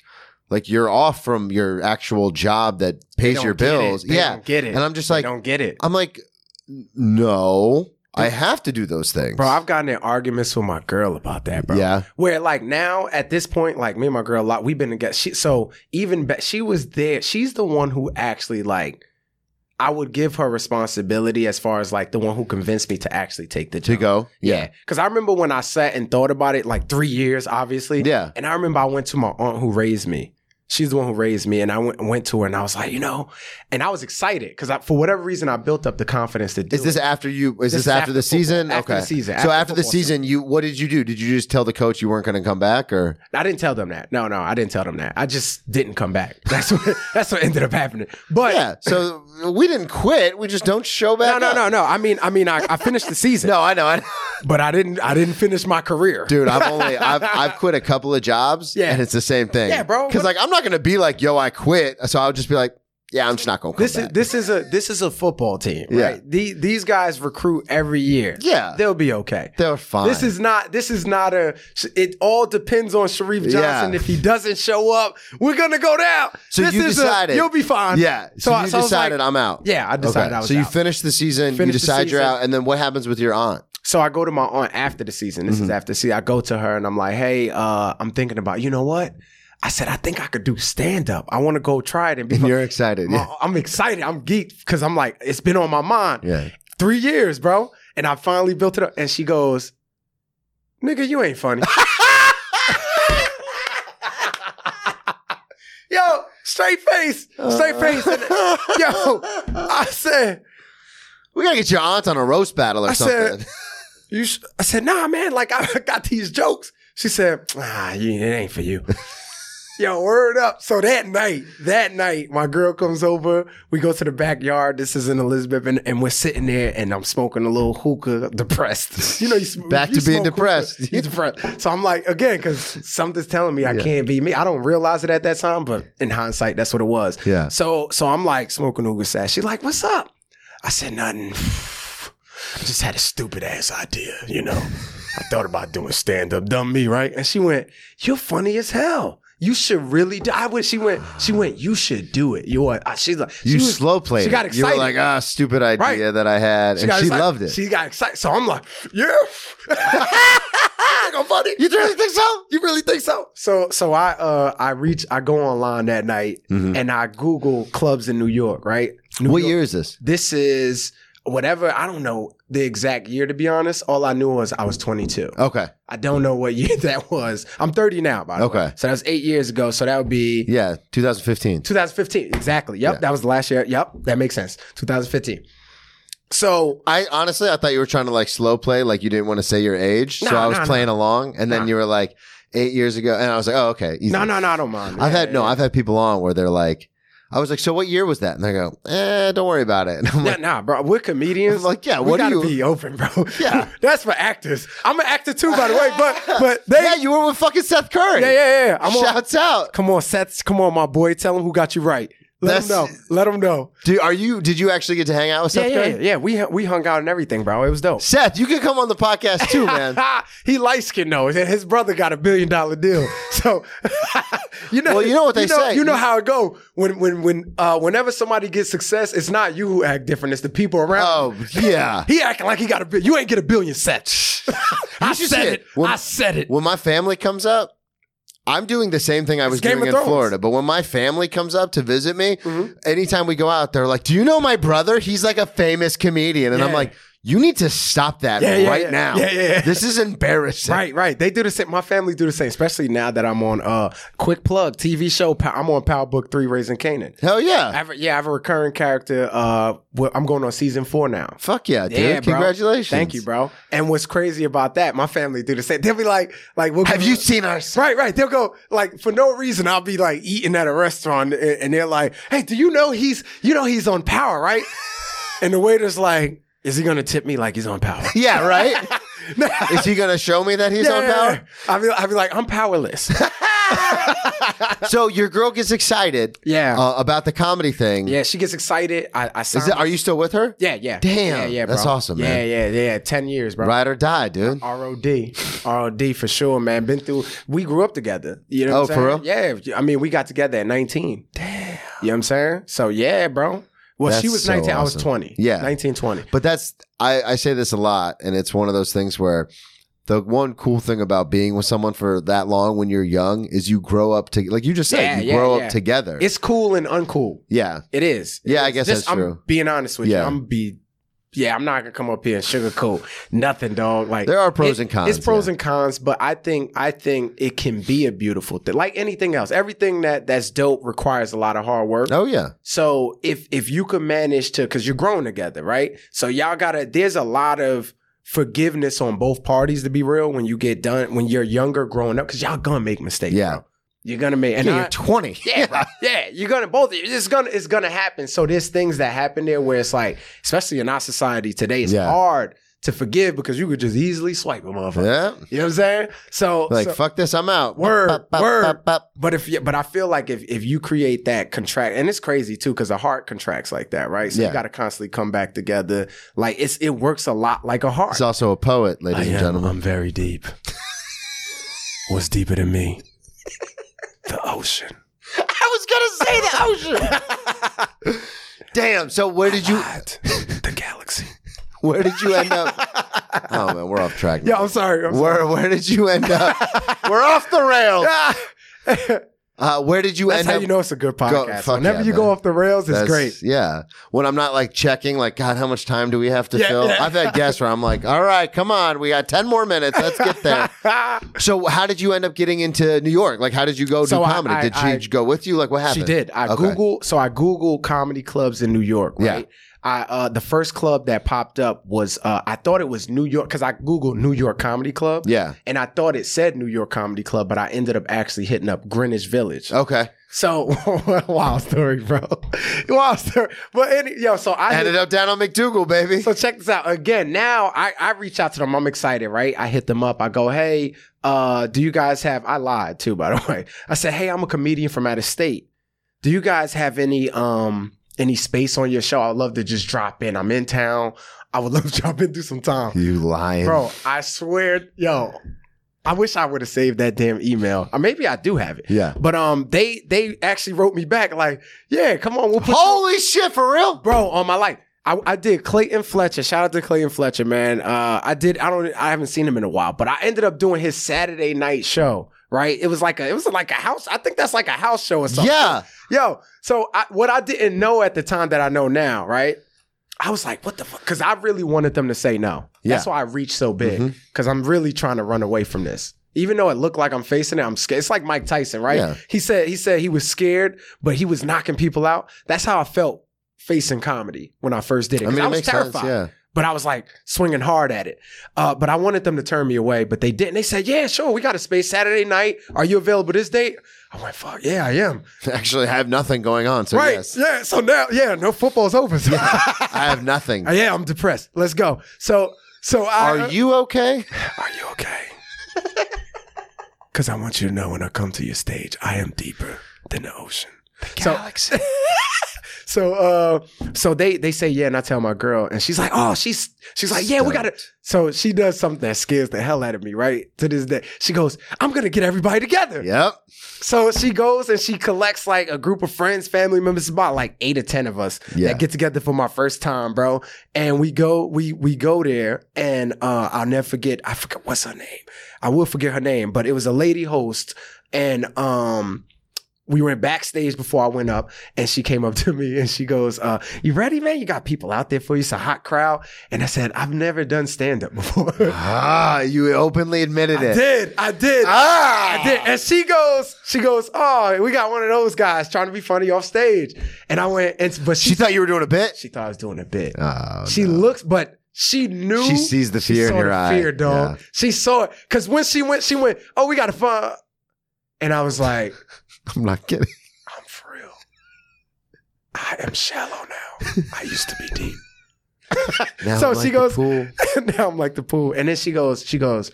S3: Like you're off from your actual job that pays your bills. Yeah.
S4: get it.
S3: And I'm just
S4: They
S3: like,
S4: don't get it.
S3: I'm like, "N- no, I have to do those things.
S4: Bro, I've gotten in arguments with my girl about that, bro.
S3: Yeah.
S4: Where like now at this point, like me and my girl, like we've been together. She, so even ba- she was there. She's the one who actually like I would give her responsibility as far as like the one who convinced me to actually take the
S3: to
S4: job.
S3: go.
S4: Yeah, because I remember when I sat and thought about it, like three years, obviously.
S3: Yeah.
S4: And I remember I went to my aunt who raised me. She's the one who raised me, and I went went to her, and I was like, you know, and I was excited because for whatever reason I built up the confidence to do.
S3: Is this
S4: it.
S3: after you? Is this,
S4: This is
S3: after,
S4: after
S3: the
S4: football.
S3: season?
S4: After
S3: okay.
S4: the season.
S3: so
S4: After
S3: after the
S4: football
S3: season, you what did you do? Did you just tell the coach you weren't going to come back, or
S4: I didn't tell them that. No, no, I didn't tell them that. I just didn't come back. That's what that's what ended up happening. But
S3: yeah? So we didn't quit. We just don't show
S4: no,
S3: back.
S4: no,
S3: up.
S4: no, no. I mean, I mean, I, I finished the season,
S3: No, I know. I know.
S4: but I didn't. I didn't finish my career,
S3: Dude, I've only I've I've quit a couple of jobs,
S4: Yeah.
S3: and it's the same thing.
S4: Yeah, bro.
S3: Because like I'm not gonna be like, yo, I quit. So I'll just be like, yeah, I'm just not gonna come
S4: This
S3: back.
S4: is this is a this is a football team,
S3: Yeah.
S4: right? The, these guys recruit every year.
S3: Yeah.
S4: they'll be okay.
S3: They're fine.
S4: This is not. This is not a. It all depends on Sharif Johnson.
S3: Yeah.
S4: If he doesn't show up, we're gonna go down.
S3: So
S4: This
S3: you
S4: is a-
S3: decided-
S4: you'll be fine.
S3: yeah. So,
S4: I-
S3: you
S4: I was like-
S3: decided I'm out.
S4: yeah, I decided I was.
S3: so you
S4: out.
S3: finish the season, you
S4: Finish the
S3: decide you're
S4: season.
S3: out, and then what happens with your aunt?
S4: So I go to my aunt after the season. This
S3: Mm-hmm.
S4: is after see. I go to her and I'm like, "Hey, uh, I'm thinking about you know what." I said, "I think I could do stand up. I want to go try it." And, be
S3: And
S4: my-
S3: you're excited.
S4: my-
S3: yeah.
S4: I'm excited. I'm geeked because I'm like, it's been on my mind
S3: Yeah.
S4: three years, bro, and I finally built it up. And she goes, "Nigga, you ain't funny." Yo, straight face, straight face. And- Yo, I said,
S3: We gotta get your aunt on a roast battle or
S4: I said-
S3: something.
S4: You sh-. I said, nah, man, like I got these jokes. She said, ah, you, it ain't for you. Yo, word up. So that night, that night, my girl comes over. We go to the backyard. This is in Elizabeth, and, and we're sitting there, and I'm smoking a little hookah, depressed. You know, you sm-
S3: Back
S4: you
S3: to being
S4: smoke
S3: depressed.
S4: hookah, you depressed. So I'm like, again, because something's telling me I can't be me. I don't realize it at that time, but in hindsight, that's what it was.
S3: Yeah.
S4: So, so I'm like smoking hookah sash. She's like, "What's up?" I said nothing. I just had a stupid ass idea, you know. I thought about doing stand up, dumb me, right? And she went, "You're funny as hell. You should really do." I went. She went. She went. You should do it. You are. I- She's like, she
S3: you
S4: was-
S3: slow played.
S4: She got
S3: it.
S4: excited.
S3: You were like, ah, stupid idea
S4: Right.
S3: that I had, and
S4: got
S3: she
S4: excited.
S3: loved it.
S4: She got excited. So I'm like, yeah. I'm funny.
S3: you really think so?
S4: You really think so? So so I uh I reach I go online that night and I Google clubs in New York, right? New
S3: Mm-hmm. What
S4: York-
S3: year is this?
S4: This is whatever I don't know the exact year to be honest. All I knew was I was 22.
S3: Okay.
S4: I don't know what year that was. I'm 30 now, by the way.
S3: Okay.
S4: So that was eight years ago. So that would be
S3: Yeah, 2015.
S4: 2015. Exactly. Yep.
S3: Yeah.
S4: That was the last year. Yep. That makes sense. 2015. So
S3: I honestly, I thought you were trying to like slow play, like you didn't want to say your age. so
S4: Nah,
S3: I was
S4: nah,
S3: playing along, and then
S4: Nah.
S3: you were like, eight years ago, and I was like, oh, okay. easy.
S4: no, no, no, I don't mind.
S3: I've had no,
S4: Yeah,
S3: I've had people on where they're like, I was like, so what year was that? And they go, eh, don't worry about it. And I'm
S4: Nah,
S3: like,
S4: nah, bro. We're comedians.
S3: I'm like, yeah,
S4: we
S3: what do
S4: gotta
S3: you-
S4: be open, bro.
S3: Yeah.
S4: that's for actors. I'm an actor too, by the way. But but they,
S3: yeah, you were with fucking Seth Curry.
S4: yeah, yeah, yeah. I'm on,
S3: Shouts out.
S4: come on, Seth. Come on, my boy. Tell him who got you right. Let him know.
S3: That's-
S4: Let him know.
S3: Dude, are you? Did you actually get to hang out with
S4: Yeah,
S3: Seth
S4: yeah,
S3: Curry?
S4: yeah, yeah. We we hung out and everything, bro. It was dope.
S3: Seth, you can come on the podcast too, man.
S4: he light skinned though. and His brother got a billion dollar deal. So you know,
S3: Well, you know what they say.
S4: You know how it go when when when uh, whenever somebody gets success, it's not you who act different; it's the people around.
S3: Oh,
S4: you.
S3: yeah.
S4: he acting like he got a billion. You ain't get a billion set. I
S3: should see
S4: said it.
S3: it. When-
S4: I said it.
S3: when my family comes up, I'm doing the same thing I was
S4: Game
S3: doing
S4: of
S3: in
S4: Thrones. Mm-hmm.
S3: Florida. But when my family comes up to visit me, anytime we go out, they're like, "Do you know my brother? He's like a famous comedian." And I'm
S4: Yeah.
S3: like, "You need to stop that
S4: Yeah, yeah,
S3: right
S4: yeah.
S3: now.
S4: Yeah, yeah, yeah.
S3: This is embarrassing."
S4: Right, right. They do the same. My family do the same, especially now that I'm on uh quick plug TV show. Pa- I'm on Power Book Three, Raising Canaan.
S3: Hell yeah!
S4: I have a, yeah, I have a recurring character. Uh, wh- I'm going on season four now.
S3: Fuck yeah, dude!
S4: Yeah, bro.
S3: Congratulations.
S4: Thank you, bro. And what's crazy about that? My family do the same. They'll be like, like, we'll
S3: Have
S4: go-
S3: you seen our son?
S4: Right, right. They'll go like for no reason. I'll be like eating at a restaurant, and, and they're like, "Hey, do you know he's you know he's on power, right?" and the waiter's like, "Is he gonna tip me like he's on power?"
S3: Yeah, right. is he gonna show me that he's on power?
S4: I'll be, I'll be like, "I'm powerless."
S3: So your girl gets excited.
S4: Yeah.
S3: uh, about the comedy thing.
S4: yeah, she gets excited. I, I sign.
S3: Is it, are you still with her?
S4: yeah, yeah.
S3: Damn,
S4: Yeah, yeah.
S3: that's
S4: bro.
S3: awesome,
S4: Yeah,
S3: man.
S4: yeah, yeah. Ten years, bro.
S3: Ride or die, dude.
S4: ROD, ROD for sure, man. Been through. We grew up together. You know. What
S3: Oh,
S4: I'm
S3: for
S4: saying? Yeah. I mean, we got together at 19. Damn. You know what I'm saying? So yeah, bro. Well, she
S3: That's
S4: was
S3: so
S4: 19. I was
S3: awesome.
S4: 20.
S3: Yeah.
S4: 19, 20.
S3: But that's I, I say this a lot, and it's one of those things where the one cool thing about being with someone for that long when you're young is you grow up to like you just said,
S4: Yeah,
S3: you
S4: yeah,
S3: grow
S4: yeah.
S3: up together.
S4: It's cool and uncool.
S3: yeah.
S4: It is. It
S3: Yeah, I
S4: is.
S3: guess
S4: Just-
S3: that's true.
S4: I'm being honest with
S3: Yeah.
S4: you. I'm be. Yeah, I'm not gonna come up here and sugarcoat nothing, dog. Like
S3: There are pros
S4: it-
S3: and cons,
S4: It's pros
S3: yeah.
S4: and cons, but I think I think it can be a beautiful thing. Like anything else, everything that that's dope requires a lot of hard work.
S3: Oh yeah.
S4: So if if you can manage to, because you're growing together, right? So y'all gotta. There's a lot of forgiveness on both parties to be real when you get done when you're younger growing up because y'all gonna make mistakes.
S3: Yeah.
S4: bro. you're gonna make. And
S3: yeah,
S4: I-
S3: you're 20.
S4: yeah, bro. yeah, you're gonna both. It's gonna it's gonna happen. So there's things that happen there where it's like, especially in our society today, it's
S3: Yeah.
S4: hard to forgive because you could just easily swipe a motherfucker.
S3: Yeah.
S4: You know what I'm saying? So
S3: Like
S4: so-
S3: fuck this, I'm out.
S4: Word,
S3: Bop, bop,
S4: word.
S3: bop, bop.
S4: but if you, but I feel like if if you create that contract, and it's crazy too because the heart contracts like that, right? So
S3: Yeah.
S4: you got to constantly come back together. Like it's it works a lot like a heart.
S3: He's also a poet, ladies and gentlemen.
S4: I'm very deep. What's deeper than me? the ocean.
S3: I was gonna say the ocean. Damn. So where did you
S4: the galaxy.
S3: where did you end up? Oh man, we're off track.
S4: Yeah,
S3: Now.
S4: I'm sorry. I'm
S3: where where did you end up? we're off the rails.
S4: sorry.
S3: Uh, where did you
S4: That's
S3: end
S4: how
S3: up?
S4: you know it's a good podcast.
S3: fuck
S4: Whenever
S3: yeah,
S4: you
S3: man.
S4: go off the rails, it's
S3: That's-
S4: great.
S3: Yeah. When I'm not like checking, like, God, how much time do we have to
S4: Yeah,
S3: fill?
S4: yeah.
S3: I've had guests where I'm like, all right, come on, we got 10 more minutes. Let's get there. so, how did you end up getting into New York? Like, how did you go
S4: So
S3: do
S4: I-
S3: comedy?
S4: I-
S3: did she
S4: I-
S3: go with you? Like, what happened?
S4: She did. I
S3: Okay.
S4: Google. So I Googled comedy clubs in New York. Right. I uh, the first club that popped up was uh, I thought it was New York because I Googled New York Comedy Club.
S3: Yeah.
S4: And I thought it said New York Comedy Club, but I ended up actually hitting up Greenwich Village.
S3: Okay.
S4: So what a wild story, bro. wild story. But any, yo, so I
S3: Ended up down on McDougal, baby.
S4: so check this out. Again, now I, I reach out to them. I'm excited, right? I hit them up. I go, hey, uh, do you guys have I lied too, by the way. I said, hey, I'm a comedian from out of state. Do you guys have any um any space on your show? I'd love to just drop in. I'm in town. I would love to drop in through some time.
S3: you lying.
S4: Bro, I swear, yo, I wish I would have saved that damn email. Or maybe I do have it.
S3: Yeah.
S4: But um they they actually wrote me back like, yeah, come on, we'll put you-
S3: Holy shit, for real?
S4: bro, on my life. I, I did Clayton Fletcher. Shout out to Clayton Fletcher, man. Uh, I did. I don't. I haven't seen him in a while, but I ended up doing his Saturday night show. Right? It was like a. It was like a house. I think that's like a house show or something.
S3: Yeah.
S4: Yo. So I, what I didn't know at the time that I know now, right? I was like, what the fuck? Because I really wanted them to say no. That's
S3: Yeah.
S4: why I reached so big.
S3: Mhm.
S4: Because I'm really trying to run away from this. Even though it looked like I'm facing it, I'm scared. It's like Mike Tyson, right?
S3: Yeah.
S4: He said he said he was scared, but he was knocking people out. That's how I felt facing comedy when I first did it.
S3: I
S4: 'Cause
S3: mean,
S4: I
S3: it
S4: was
S3: makes
S4: terrified.
S3: sense. Yeah.
S4: But I was like swinging hard at it. Uh, but I wanted them to turn me away, but they didn't. They said, "Yeah, sure, we got a space Saturday night. Are you available this date?" I went, "Fuck yeah, I am."
S3: Actually, I have nothing going on. So
S4: right?
S3: yes,
S4: Yeah. So now, yeah, no football's over. So.
S3: I have nothing.
S4: yeah, I'm depressed. Let's go. So, so I,
S3: Are you okay?
S4: Are you okay? Because I want you to know when I come to your stage, I am deeper than the ocean.
S3: Galaxy.
S4: So, uh, so they they say yeah, and I tell my girl, and she's like, oh, she's she's like, yeah, we got to. So she does something that scares the hell out of me, right? To this day, she goes, I'm gonna get everybody together.
S3: Yep.
S4: So she goes and she collects like a group of friends, family members, It's about like eight or ten of us
S3: Yeah.
S4: that get together for my first time, bro. And we go, we we go there, and uh, I'll never forget. I forget what's her name. I will forget her name, but it was a lady host, and um, we went backstage before I went up, and she came up to me and she goes, uh, "You ready, man? You got people out there for you. It's a hot crowd." And I said, "I've never done stand up before."
S3: Ah, you openly admitted
S4: I
S3: it.
S4: did. I did.
S3: Ah.
S4: I did. And she goes, she goes, oh, we got one of those guys trying to be funny off stage. And I went, and but she,
S3: She thought you were doing a bit.
S4: she thought I was doing a bit.
S3: Oh,
S4: she
S3: no.
S4: looks, but she knew.
S3: She sees the
S4: she
S3: fear in
S4: saw
S3: your
S4: the
S3: eye.
S4: Fear, dog.
S3: Yeah.
S4: She saw it because when she went, she went, oh, we got a fun. And I was like,
S3: I'm not kidding.
S4: I'm for real. I am shallow now. I used to be deep.
S3: Now
S4: So
S3: I'm
S4: she
S3: like the
S4: goes-
S3: pool.
S4: now I'm like the pool. And then she goes, she goes,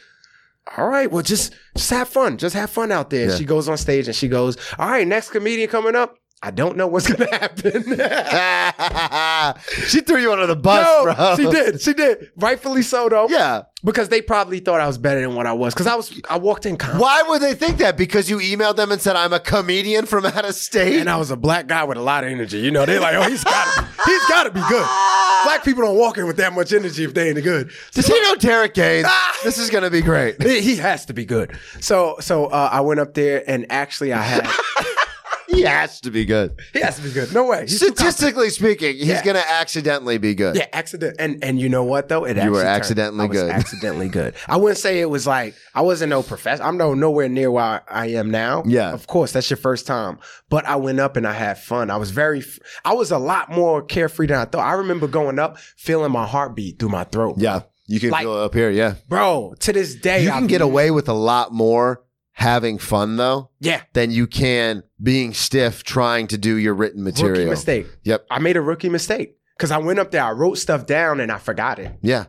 S4: all right, well, just just have fun. Just have fun out there.
S3: Yeah.
S4: She goes on stage and she goes, all right, next comedian coming up. I don't know what's gonna happen.
S3: she threw you under the bus,
S4: No,
S3: bro.
S4: she did. She did. Rightfully so, though.
S3: Yeah.
S4: Because they probably thought I was better than what I was. Because I was, I walked in confident,
S3: Why would they think that? Because you emailed them and said, I'm a comedian from out of state?
S4: and I was a black guy with a lot of energy. You know, they're like, oh, he's got, he's got to be good. Black people don't walk in with that much energy if they ain't good.
S3: Does he know Derek Gaines?
S4: Ah!
S3: this is going to be great.
S4: He he has to be good. So, so uh, I went up there, and actually, I had.
S3: He has to be good.
S4: He has to be good. No way. He's too confident.
S3: Statistically speaking, he's
S4: Yeah.
S3: going to accidentally be good.
S4: Yeah, accident. And and you know what though? It
S3: You were
S4: actually turned-
S3: accidentally
S4: I was
S3: good.
S4: accidentally good. I wouldn't say it was like I wasn't no professor. I'm no nowhere near where I am now.
S3: Yeah.
S4: of course that's your first time. But I went up and I had fun. I was very. f- I was a lot more carefree than I thought. I remember going up, feeling my heartbeat through my throat.
S3: Yeah. You can
S4: Like-
S3: feel it up here. Yeah.
S4: bro. To this day,
S3: You
S4: I-
S3: can get away with a lot more having fun, though,
S4: Yeah,
S3: than you can being stiff trying to do your written material.
S4: rookie mistake.
S3: Yep.
S4: I made a rookie mistake because I went up there. I wrote stuff down and I forgot it.
S3: Yeah.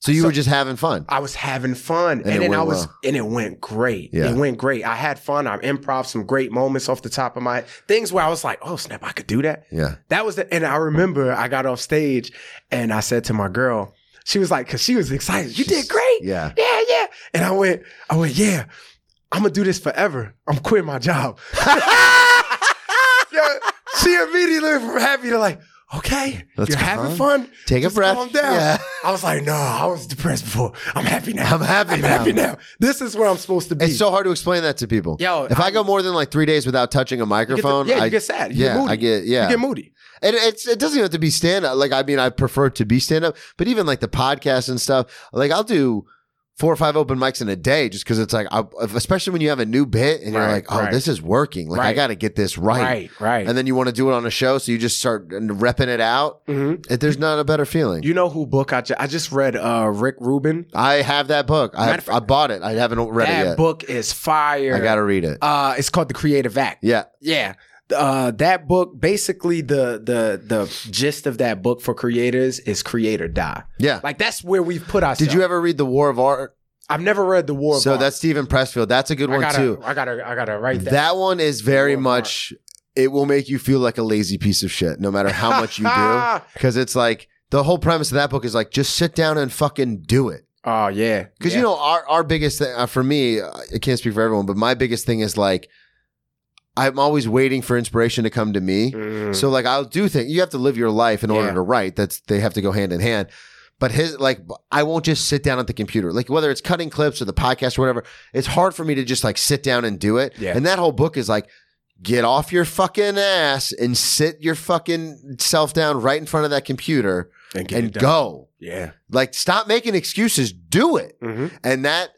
S3: So you
S4: So-
S3: were just having fun.
S4: I was having fun,
S3: And
S4: and,
S3: it
S4: then I
S3: went
S4: was,
S3: well.
S4: and it went great.
S3: Yeah.
S4: It went great. I had fun. I improv some great moments off the top of my things where I was like, "Oh snap, I could do that."
S3: Yeah.
S4: That was the, and I remember I got off stage, and I said to my girl, she was like, because she was excited. You did great.
S3: Yeah.
S4: Yeah, yeah. And I went, I went, yeah. I'm gonna do this forever. I'm quitting my job. Yeah, she immediately went from happy to like, okay,
S3: Let's
S4: you're
S3: calm-
S4: having fun.
S3: Take
S4: Just
S3: a breath.
S4: Calm down.
S3: Yeah.
S4: I was like, no, I was depressed before. I'm happy now.
S3: I'm happy
S4: I'm
S3: now.
S4: happy now. This is where I'm supposed to be.
S3: It's so hard to explain that to people.
S4: Yo,
S3: if I,
S4: I-
S3: go more than like three days without touching a
S4: You get the-
S3: microphone,
S4: yeah, you
S3: I,
S4: get sad. You
S3: yeah,
S4: get moody.
S3: I get yeah.
S4: You get moody.
S3: and it's it doesn't even have to be stand up. Like I mean, I prefer to be stand up, but even like the podcast and stuff, like I'll do four or five open mics in a day just because it's like, I, especially when you have a new bit and you're
S4: Right,
S3: like, oh,
S4: right.
S3: this is working. Like I
S4: Right.
S3: got to get this right.
S4: right. right.
S3: And then you want to do it on a show, so you just start repping it out.
S4: Mhm.
S3: If There's not a better feeling.
S4: You know who book I just, I just read? Uh, Rick Rubin.
S3: I have that book. I,
S4: Matter of fact-
S3: I bought it. I haven't read
S4: that
S3: it yet.
S4: book is fire.
S3: I got to read it.
S4: Uh, it's called The Creative Act.
S3: yeah.
S4: Yeah. Uh, that book basically the the the gist of that book for creators is create or die.
S3: Yeah.
S4: Like that's where we've put
S3: Did
S4: ourselves.
S3: you ever read The War of Art?
S4: I've never read the War. of
S3: So
S4: Art.
S3: that's Stephen Pressfield. That's a good
S4: I
S3: one
S4: gotta,
S3: too.
S4: I gotta I gotta write
S3: That,
S4: that.
S3: one is very
S4: War of
S3: much. It will make you feel like a lazy piece of shit, no matter how much you do, because it's like the whole premise of that book is like just sit down and fucking do it.
S4: Oh yeah.
S3: Because
S4: Yeah.
S3: you know our our biggest thing uh, for me, uh, I can't speak for everyone, but my biggest thing is like I'm always waiting for inspiration to come to me.
S4: Mm.
S3: So like I'll do things. You have to live your life in order
S4: Yeah.
S3: to write. That's they have to go hand in hand. But his like I won't just sit down at the computer. Like whether it's cutting clips or the podcast or whatever, it's hard for me to just like sit down and do it.
S4: Yeah.
S3: And that whole book is like get off your fucking ass and sit your fucking self down right in front of that computer
S4: and,
S3: and go.
S4: Yeah.
S3: Like stop making excuses, do it.
S4: Mm-hmm.
S3: And that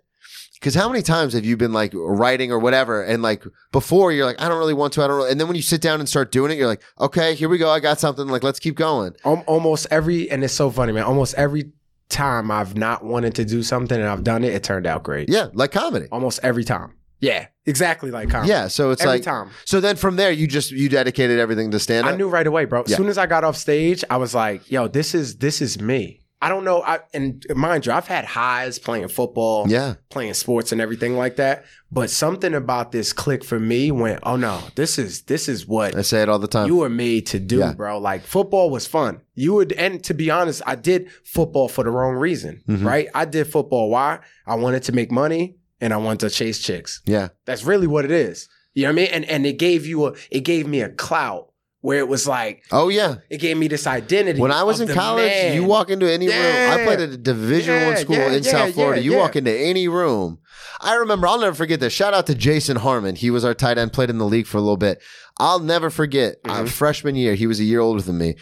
S3: Because how many times have you been like writing or whatever, and like before you're like, I don't really want to, I don't, really, and then when you sit down and start doing it, you're like, okay, here we go, I got something. Like let's keep going.
S4: Al- almost every, and it's so funny, man. Almost every time I've not wanted to do something and I've done it, it turned out great.
S3: Yeah, like comedy.
S4: Almost every time. Yeah, exactly like comedy.
S3: Yeah, so it's
S4: every
S3: like
S4: time.
S3: so then from there you just you dedicated everything to stand up.
S4: I knew right away, bro. As
S3: Yeah.
S4: soon as I got off stage, I was like, "Yo, this is this is me." I don't know. I and mind you, I've had highs playing football,
S3: Yeah,
S4: playing sports, and everything like that. But something about this click for me went, "Oh no, this is this is what
S3: I say it all the time.
S4: you were made to do,
S3: Yeah.
S4: bro. Like football was fun. You would, and to be honest, I did football for the wrong reason,
S3: Mhm.
S4: right? I did football. Why? I wanted to make money and I wanted to chase chicks.
S3: yeah,
S4: That's really what it is. You know what I mean? And and it gave you a, it gave me a clout where it was like,
S3: oh yeah.
S4: it gave me this identity.
S3: When I was
S4: of
S3: in
S4: the
S3: college,
S4: man.
S3: you walk into any room. I
S4: Yeah.
S3: played at a Division One
S4: Yeah,
S3: school
S4: yeah,
S3: in
S4: yeah,
S3: South Florida.
S4: yeah,
S3: you
S4: yeah.
S3: walk into any room. I remember. I'll never forget this. Shout out to Jason Harmon. He was our tight end. Played in the league for a little bit. I'll never forget. uh,
S4: Mhm.
S3: freshman year, he was a year older than me.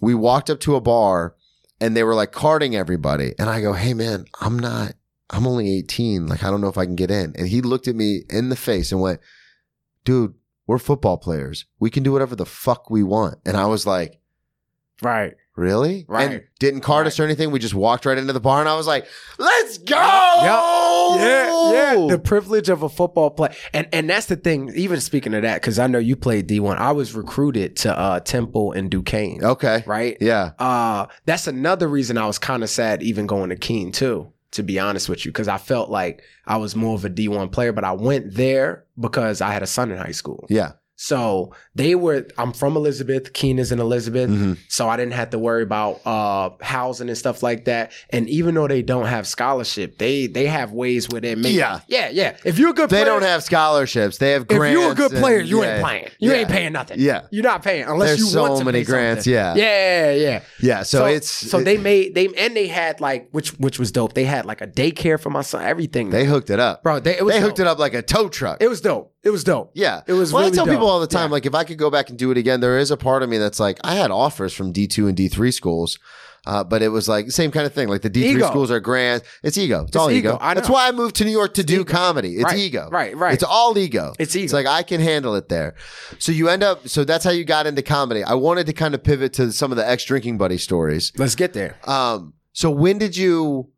S3: We walked up to a bar, and they were like carding everybody. And I go, "Hey man, I'm not. I'm only 18. Like I don't know if I can get in." And he looked at me in the face and went, "Dude." We're football players. We can do whatever the fuck we want. And I was like,
S4: right.
S3: Really?
S4: Right.
S3: And didn't card
S4: Right.
S3: us or anything. We just walked right into the bar and I was like, let's go. Oh!
S4: Yeah, yeah. The privilege of a football player, and and that's the thing. Even speaking of that, because I know you played D one. I was recruited to uh, Temple and Duquesne,
S3: Okay.
S4: right?
S3: Yeah.
S4: Uh, that's another reason I was kind of sad even going to Keene too, to be honest with you, because I felt like I was more of a D one player, but I went there because I had a son in high school.
S3: Yeah.
S4: So they were. I'm from Elizabeth. Keene is in Elizabeth.
S3: Mhm.
S4: So I didn't have to worry about uh, housing and stuff like that. And even though they don't have scholarship, they they have ways where they make.
S3: Yeah.
S4: yeah, yeah. If you're a good,
S3: They
S4: player,
S3: don't have scholarships. They have
S4: If
S3: grants.
S4: you're a good
S3: and-
S4: player, you
S3: yeah.
S4: ain't playing. You
S3: Yeah.
S4: ain't paying nothing.
S3: Yeah.
S4: you're not paying unless
S3: There's
S4: you
S3: so
S4: want to
S3: many
S4: pay
S3: grants,
S4: something.
S3: yeah.
S4: yeah, yeah.
S3: Yeah. So, it's
S4: so
S3: it-
S4: they made they and they had like which which was dope. They had like a daycare for my son. Everything,
S3: they hooked it up.
S4: bro. They it was
S3: They hooked
S4: dope.
S3: it up like a tow truck.
S4: It was dope. It was dope.
S3: yeah.
S4: It was
S3: Well, I
S4: really
S3: tell people
S4: dope.
S3: all the time,
S4: Yeah.
S3: like if I could go back and do it again, there is a part of me that's like, I had offers from D two and D three schools. Uh, but it was like same kind of thing. Like the D three
S4: Ego.
S3: schools are grants. It's ego. It's,
S4: It's
S3: all ego.
S4: ego. I
S3: That's
S4: know.
S3: why I moved to New York to do comedy. It's
S4: Right.
S3: ego.
S4: Right, right.
S3: It's all ego.
S4: It's ego.
S3: It's like I can handle it there. So you end up. So that's how you got into comedy. I wanted to kind of pivot to some of the ex drinking buddy stories.
S4: Let's get there.
S3: Um. So when did you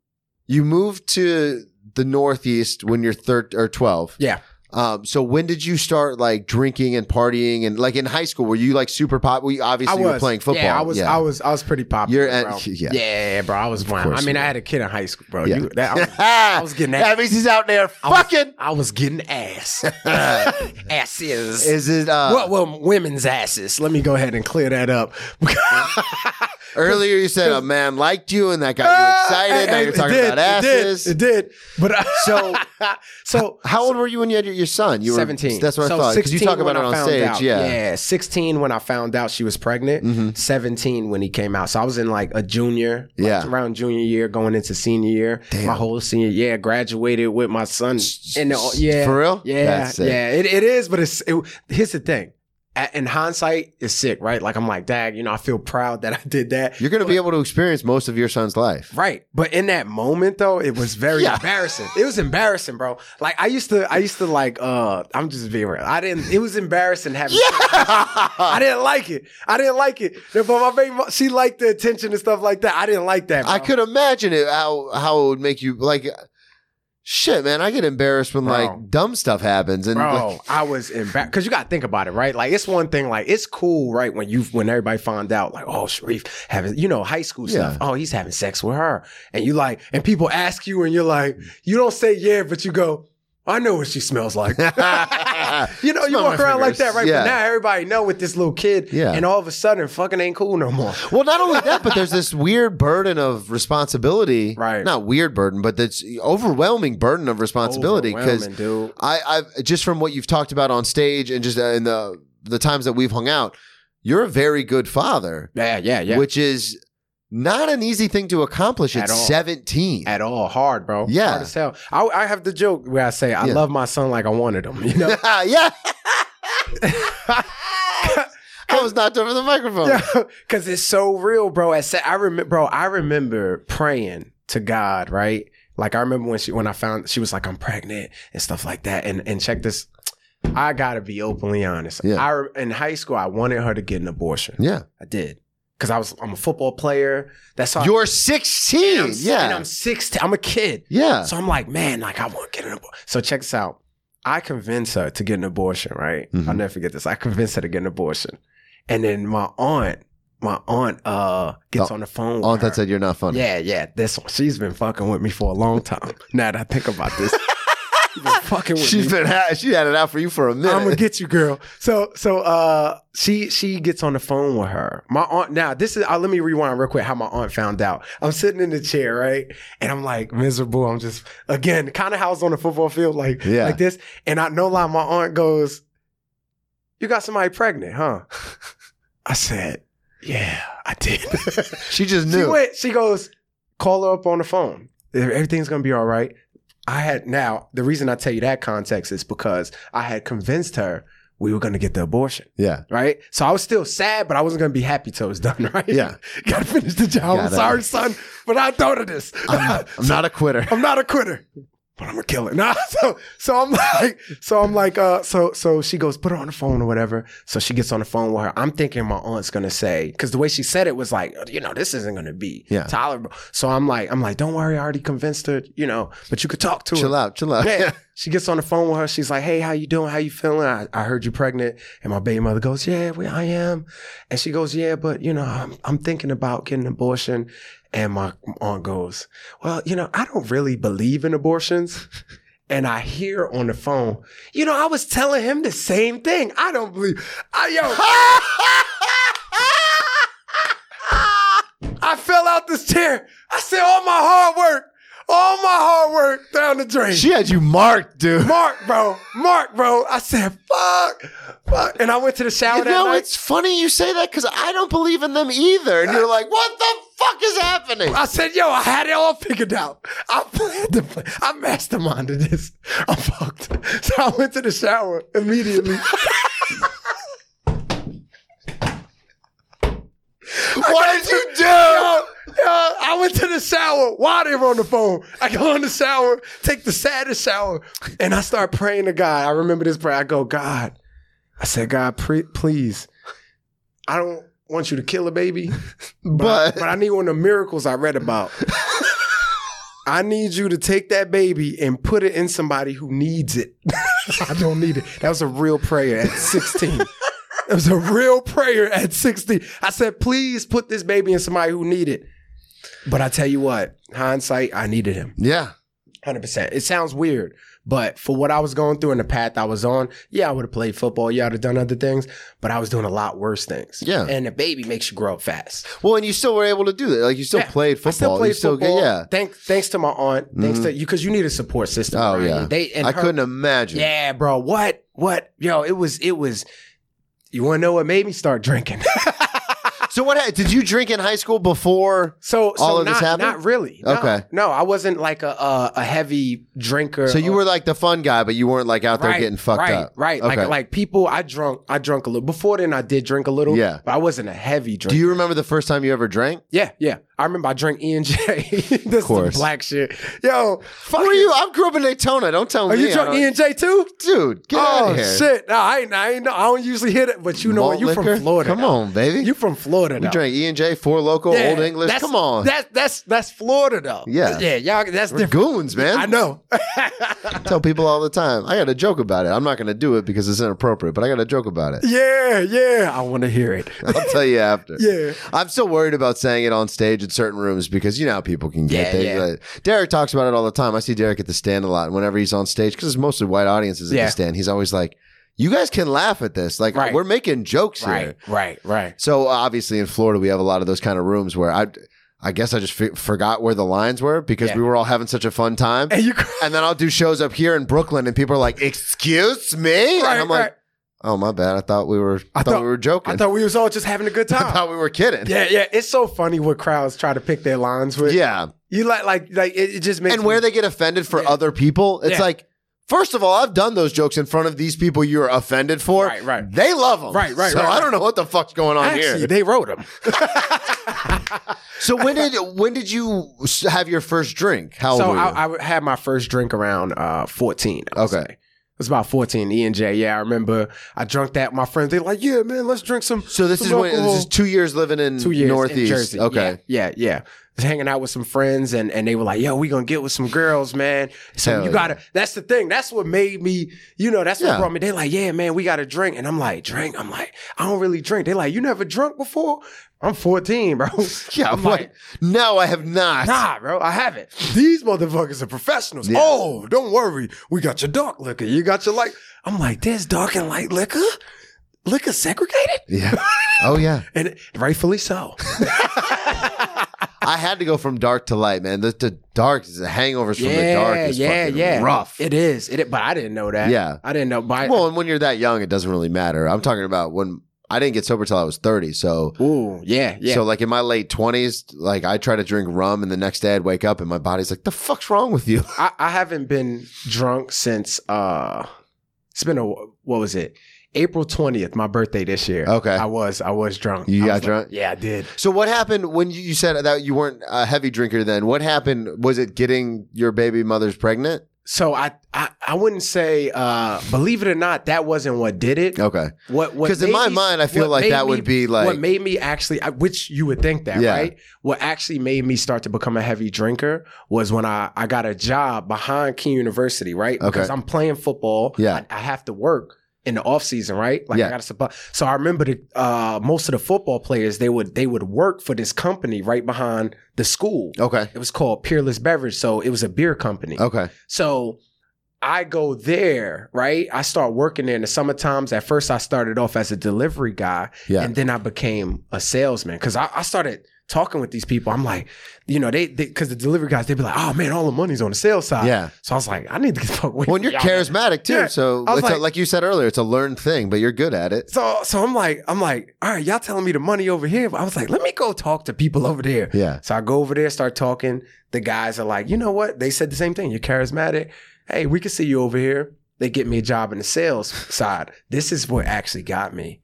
S3: you moved to the Northeast when you're third or twelve?
S4: Yeah.
S3: Um, so when did you start like drinking and partying and like in high school were you like super pop? We obviously you were playing football.
S4: Yeah, I was. I was. I was pretty popular.
S3: You're at-
S4: bro.
S3: yeah.
S4: Yeah. bro. I was wild.
S3: course
S4: I mean,
S3: you
S4: I had a kid in high school, bro.
S3: Yeah.
S4: You, that, I, was, I was getting
S3: that
S4: ass.
S3: means he's out there
S4: I was-
S3: fucking.
S4: I was getting ass. Asses.
S3: Is it uh,
S4: well, well, women's asses. Let me go ahead and clear that up.
S3: earlier? You said a man liked you and that got you excited. now
S4: Ah, It-
S3: you're
S4: it
S3: talking
S4: did,
S3: about asses.
S4: It did. It did. But I, so, so
S3: How old were you when you had your, your son? You were
S4: 17.
S3: That's what I
S4: So
S3: thought. Because you
S4: 16
S3: talk about
S4: when
S3: it
S4: I
S3: on
S4: found
S3: stage.
S4: out.
S3: Yeah. Mm-hmm.
S4: Yeah. 16 when I found out she was pregnant, 17 when he came out. So I was in like a junior, like
S3: Yeah.
S4: around junior year, going into senior year. My whole senior year, graduated with my son. In the, uh, yeah.
S3: For real?
S4: Yeah.
S3: That's sick.
S4: Yeah. It, it is, but it's, it, here's the thing. A- In hindsight, it's sick, right? Like I'm like, dag, you know, I feel proud that I did that.
S3: You're going to be able to experience most of your son's life.
S4: Right. But in that moment though, it was very
S3: Yeah.
S4: embarrassing. It was embarrassing, bro. Like I used to I used to like uh I'm just being real. I didn't it was embarrassing having I didn't like it. I didn't like it. But my baby mo- she liked the attention and stuff like that. I didn't like that. Bro.
S3: I could imagine it how how it would make you like shit, man. I get embarrassed when
S4: Bro.
S3: like dumb stuff happens and
S4: Bro,
S3: like,
S4: I was embarrassed because you got to think about it, right? Like it's one thing, like it's cool, right? When you when everybody find out, like, oh, Sharif having, you know, high school
S3: Yeah.
S4: stuff. Oh, he's having sex with her, and you like, and people ask you, and you're like, you don't say yeah, but you go, I know what she smells like. you know, you
S3: Smell
S4: walk
S3: my
S4: around like
S3: fingers.
S4: that, right?
S3: Yeah.
S4: But now everybody know with this little kid,
S3: Yeah.
S4: and all of a sudden, fucking ain't cool no more.
S3: well, not only that, but there's this weird burden of responsibility.
S4: Right.
S3: Not weird burden, but this overwhelming burden of responsibility because
S4: Overwhelming, dude.
S3: I, I've just from what you've talked about on stage and just uh, in the the times that we've hung out, you're a very good father,
S4: Yeah, yeah, yeah.
S3: which is not an easy thing to accomplish at,
S4: At all.
S3: 17.
S4: at all, hard, bro.
S3: Yeah.
S4: hard as hell. I, I have the joke where I say, I
S3: Yeah.
S4: love my son like I wanted him. You know,
S3: yeah. I was knocked over the microphone.
S4: because it's so real, bro. I said, I remember, bro. I remember praying to God, right? Like I remember when she when I found she was like I'm pregnant and stuff like that. And and check this, I gotta be openly honest.
S3: Yeah.
S4: I re- in high school I wanted her to get an abortion.
S3: Yeah.
S4: I did because I was I'm a football player. That's how
S3: You're
S4: And
S3: 16.
S4: I'm- and
S3: yeah.
S4: I'm 16. I'm a kid.
S3: Yeah.
S4: So I'm like, man, like I want to get an abortion. So check this out. I convinced her to get an abortion, right?
S3: Mhm.
S4: I'll never forget this. I convinced her to get an abortion. And then my aunt, my aunt uh gets
S3: Oh,
S4: on the phone. With
S3: Aunt
S4: her.
S3: that said you're not funny.
S4: Yeah, yeah. This one. She's been fucking with me for a long time. Now that I think about this. she's been fucking with me.
S3: She's been ha- she had it out for you for a minute.
S4: I'm gonna get you, girl. So so uh she she gets on the phone with her. My aunt now this is uh, let me rewind real quick how my aunt found out. I'm sitting in the chair, right? And I'm like miserable. I'm just again kind of how I was on the football field, like
S3: Yeah.
S4: like this. And I no lie, my aunt goes, You got somebody pregnant, huh? I said, Yeah, I did.
S3: she just
S4: She
S3: knew.
S4: went, she goes, call her up on the phone. Everything's gonna be all right. I had now the reason I tell you that context is because I had convinced her we were gonna get the abortion,
S3: yeah.
S4: right? So I was still sad, but I wasn't gonna be happy till it was done, right?
S3: Yeah.
S4: Gotta finish the job. I'm
S3: Gotta-
S4: sorry, son, but I thought of this.
S3: I'm, I'm not a quitter.
S4: I'm not a quitter, but I'm gonna kill it. Nah, so so I'm like, so I'm like, uh, so so she goes, put her on the phone or whatever. So she gets on the phone with her. I'm thinking my aunt's gonna say, because the way she said it was like, you know, this isn't gonna be
S3: Yeah.
S4: tolerable. So I'm like, I'm like, don't worry, I already convinced her, you know, but you could talk to her.
S3: Chill out. Chill out.
S4: Yeah. She gets on the phone with her. She's like, "Hey, how you doing? How you feeling? I, I heard you pregnant." And my baby mother goes, "Yeah, we, I am." And she goes, "Yeah, but you know, I'm, I'm thinking about getting an abortion." And my aunt goes, "Well, you know, I don't really believe in abortions." And I hear on the phone, you know, I was telling him the same thing. I don't believe, I, yo, I fell out this chair. I said, all my hard work, all my hard work down the drain.
S3: She had you marked, dude.
S4: Mark, bro. Mark, bro. I said, fuck, fuck. And I went to the shower
S3: You
S4: that
S3: know,
S4: night.
S3: it's funny you say that because I don't believe in them either. And you're like, what the fuck is happening?
S4: I said, yo, I had it all figured out. I planned to play. I masterminded this. I'm fucked. So I went to the shower immediately.
S3: What did you do?
S4: Yo, yo, I went to the shower while they were on the phone. I go in the shower, take the saddest shower, and I start praying to God. I remember this prayer. I go, God, I said, God, pre- please, I don't want you to kill a baby,
S3: But-
S4: but I need one of the miracles I read about. I need you to take that baby and put it in somebody who needs it. I don't need it. That was a real prayer at 16. It was a real prayer at 60. I said, please put this baby in somebody who need it. But I tell you what, hindsight, I needed him.
S3: Yeah.
S4: 100%. It sounds weird, but for what I was going through and the path I was on, yeah, I would have played football. Yeah, I would have done other things, but I was doing a lot worse things.
S3: Yeah.
S4: And the baby makes you grow up fast.
S3: Well, and you still were able to do that. Like, you still
S4: Yeah,
S3: played football.
S4: I still played
S3: you still
S4: football.
S3: Yeah. Mm-hmm.
S4: Thanks, thanks to my aunt. Thanks to you, because you need a support system.
S3: Oh,
S4: right?
S3: yeah.
S4: And They, and
S3: I
S4: her-
S3: couldn't imagine.
S4: Yeah, bro. What? What? Yo, it was, it was, you want to know what made me start drinking?
S3: So, what ha- did you drink in high school before?
S4: So, so
S3: All of
S4: not,
S3: this happened?
S4: Not really. No,
S3: Okay.
S4: No, I wasn't like a a, a heavy drinker.
S3: So, you
S4: or-
S3: were like the fun guy, but you weren't like out there
S4: Uh, Right,
S3: getting fucked
S4: right,
S3: up.
S4: Right.
S3: Okay.
S4: Like like people, I drunk. I drunk a little. Before then, I did drink a little.
S3: Yeah.
S4: But I wasn't a heavy drinker.
S3: do you remember the first time you ever drank?
S4: yeah, yeah. I remember I drank E and J. This is some
S3: course.
S4: black shit. Yo, fuck
S3: Who are you? I grew up in Daytona. Don't tell
S4: Are
S3: me.
S4: you
S3: I
S4: drunk
S3: don't-
S4: E and J too?
S3: Dude, get out
S4: oh
S3: of here.
S4: shit! No, I ain't. I ain't. know. I don't usually hit it, but you know
S3: Malt
S4: what? You
S3: liquor?
S4: from Florida.
S3: Come
S4: though.
S3: on, baby.
S4: You from Florida?
S3: we
S4: though.
S3: drank E and J, four local,
S4: Yeah,
S3: old English.
S4: that's-
S3: Come on,
S4: That's that's that's Florida though.
S3: Yeah.
S4: yeah. Y'all, that's
S3: We're
S4: different.
S3: goons, man.
S4: I know.
S3: tell people all the time. I got a joke about it. I'm not going to do it because it's inappropriate, but I got a joke about it.
S4: Yeah, yeah. I want to hear it.
S3: I'll tell you after.
S4: Yeah.
S3: I'm still worried about saying it on stage in certain rooms because you know how people can get.
S4: Yeah,
S3: they,
S4: yeah.
S3: like- Derek talks about it all the time. I see Derek at the stand a lot. And whenever he's on stage, because it's mostly white audiences at
S4: Yeah.
S3: the stand, he's always like, you guys can laugh at this. Like,
S4: Right.
S3: we're making jokes here.
S4: Right, right, right.
S3: So obviously in Florida, we have a lot of those kind of rooms where I, I guess I just f- forgot where the lines were because
S4: Yeah.
S3: we were all having such a fun time.
S4: And you,
S3: And then I'll do shows up here in Brooklyn, and people are like, "Excuse me,"
S4: right,
S3: and I'm like,
S4: right.
S3: "Oh my bad. I thought we were. I,
S4: I
S3: thought,
S4: thought-
S3: we were joking.
S4: I thought we was all just having a good
S3: I
S4: time.
S3: thought we were kidding."
S4: Yeah, yeah. It's so funny what crowds try to pick their lines with.
S3: Yeah.
S4: you like, like, like it, it just makes.
S3: And where they get offended for other people, it's
S4: Yeah.
S3: like, first of all, I've done those jokes in front of these people you're offended for.
S4: Right, right.
S3: They love them.
S4: Right, right,
S3: So
S4: right,
S3: I don't know what the fuck's going on
S4: actually
S3: here.
S4: they wrote them.
S3: So when did when did you s- have your first drink? How old
S4: so
S3: were you?
S4: I, I had my first drink around uh, 14. I would
S3: Okay.
S4: say. It was about 14, E and J. Yeah, I remember I drunk that. My friends, they like, yeah, man, let's drink some.
S3: so this
S4: some
S3: is when
S4: alcohol."
S3: this is two years living in
S4: two years in
S3: Northeast.
S4: Jersey.
S3: Okay.
S4: Yeah, yeah. yeah. Was hanging out with some friends and, and they were like, yo, we gonna get with some girls, man. So
S3: Hell
S4: you
S3: yeah.
S4: gotta that's the thing. That's what made me, you know, that's what
S3: Yeah.
S4: brought me. They like, yeah, man, we gotta drink. And I'm like, drink. I'm like, I don't really drink. They like, you never drunk before? I'm 14, bro.
S3: Yeah,
S4: I'm
S3: what?
S4: like,
S3: no, I have not.
S4: Nah, bro, I haven't. These motherfuckers are professionals.
S3: Yeah.
S4: Oh, don't worry. We got your dark liquor. You got your light. I'm like, there's dark and light liquor? Liquor segregated?
S3: Yeah. Oh yeah.
S4: And rightfully so.
S3: I had to go from dark to light, man. The, the dark is the hangovers from the dark is fucking rough.
S4: It is. It, but I didn't know that.
S3: Yeah.
S4: I didn't know. But
S3: well, and when you're that young, it doesn't really matter. I'm talking about when I didn't get sober till I was 30. So
S4: ooh, yeah, yeah.
S3: So like in my late twenties, like I try to drink rum, and the next day I'd wake up and my body's like, "The fuck's wrong with you?"
S4: I, I haven't been drunk since uh, it's been a what was it? April twentieth, my birthday this year.
S3: Okay.
S4: I was I was drunk.
S3: You
S4: I
S3: got
S4: was like-
S3: drunk?
S4: yeah, I did.
S3: So what happened when you, you said that you weren't a heavy drinker? Then what happened? Was it getting your baby mother's pregnant?
S4: So I, I I wouldn't say uh believe it or not that wasn't what did it.
S3: Okay,
S4: What what
S3: Oh. 'Cause in
S4: made
S3: my
S4: me-
S3: mind, I feel
S4: what
S3: like
S4: made
S3: that
S4: me-
S3: would be like-
S4: what made me actually I- which you would think that
S3: Yeah.
S4: right what actually made me start to become a heavy drinker was when I I got a job behind King University right
S3: Okay.
S4: because I'm playing football
S3: Yeah.
S4: I, I have to work in the off season right like
S3: Yeah.
S4: I got to supply so I remember the uh most of the football players they would they would work for this company right behind the school
S3: okay,
S4: it was called Peerless Beverage so it was a beer company
S3: okay,
S4: so I go there, right? I start working there in the summer times. At first, I started off as a delivery guy,
S3: Yeah.
S4: and then I became a salesman because I, I started talking with these people. I'm like, you know, they because the delivery guys, they'd be like, "Oh man, all the money's on the sales side."
S3: yeah.
S4: So I was like, I need to get the fuck away.
S3: Well,
S4: from
S3: and you're
S4: y'all.
S3: charismatic too,
S4: uh, Yeah.
S3: so
S4: I was
S3: it's a- like,
S4: like-
S3: you said earlier, it's a learned thing, but you're good at it.
S4: So so I'm like, I'm like, all right, y'all telling me the money over here, but I was like, let me go talk to people over there.
S3: Yeah,
S4: So I go over there, start talking. The guys are like, you know what? They said the same thing. You're charismatic. Hey, we can see you over here. They get me a job in the sales side. This is what actually got me.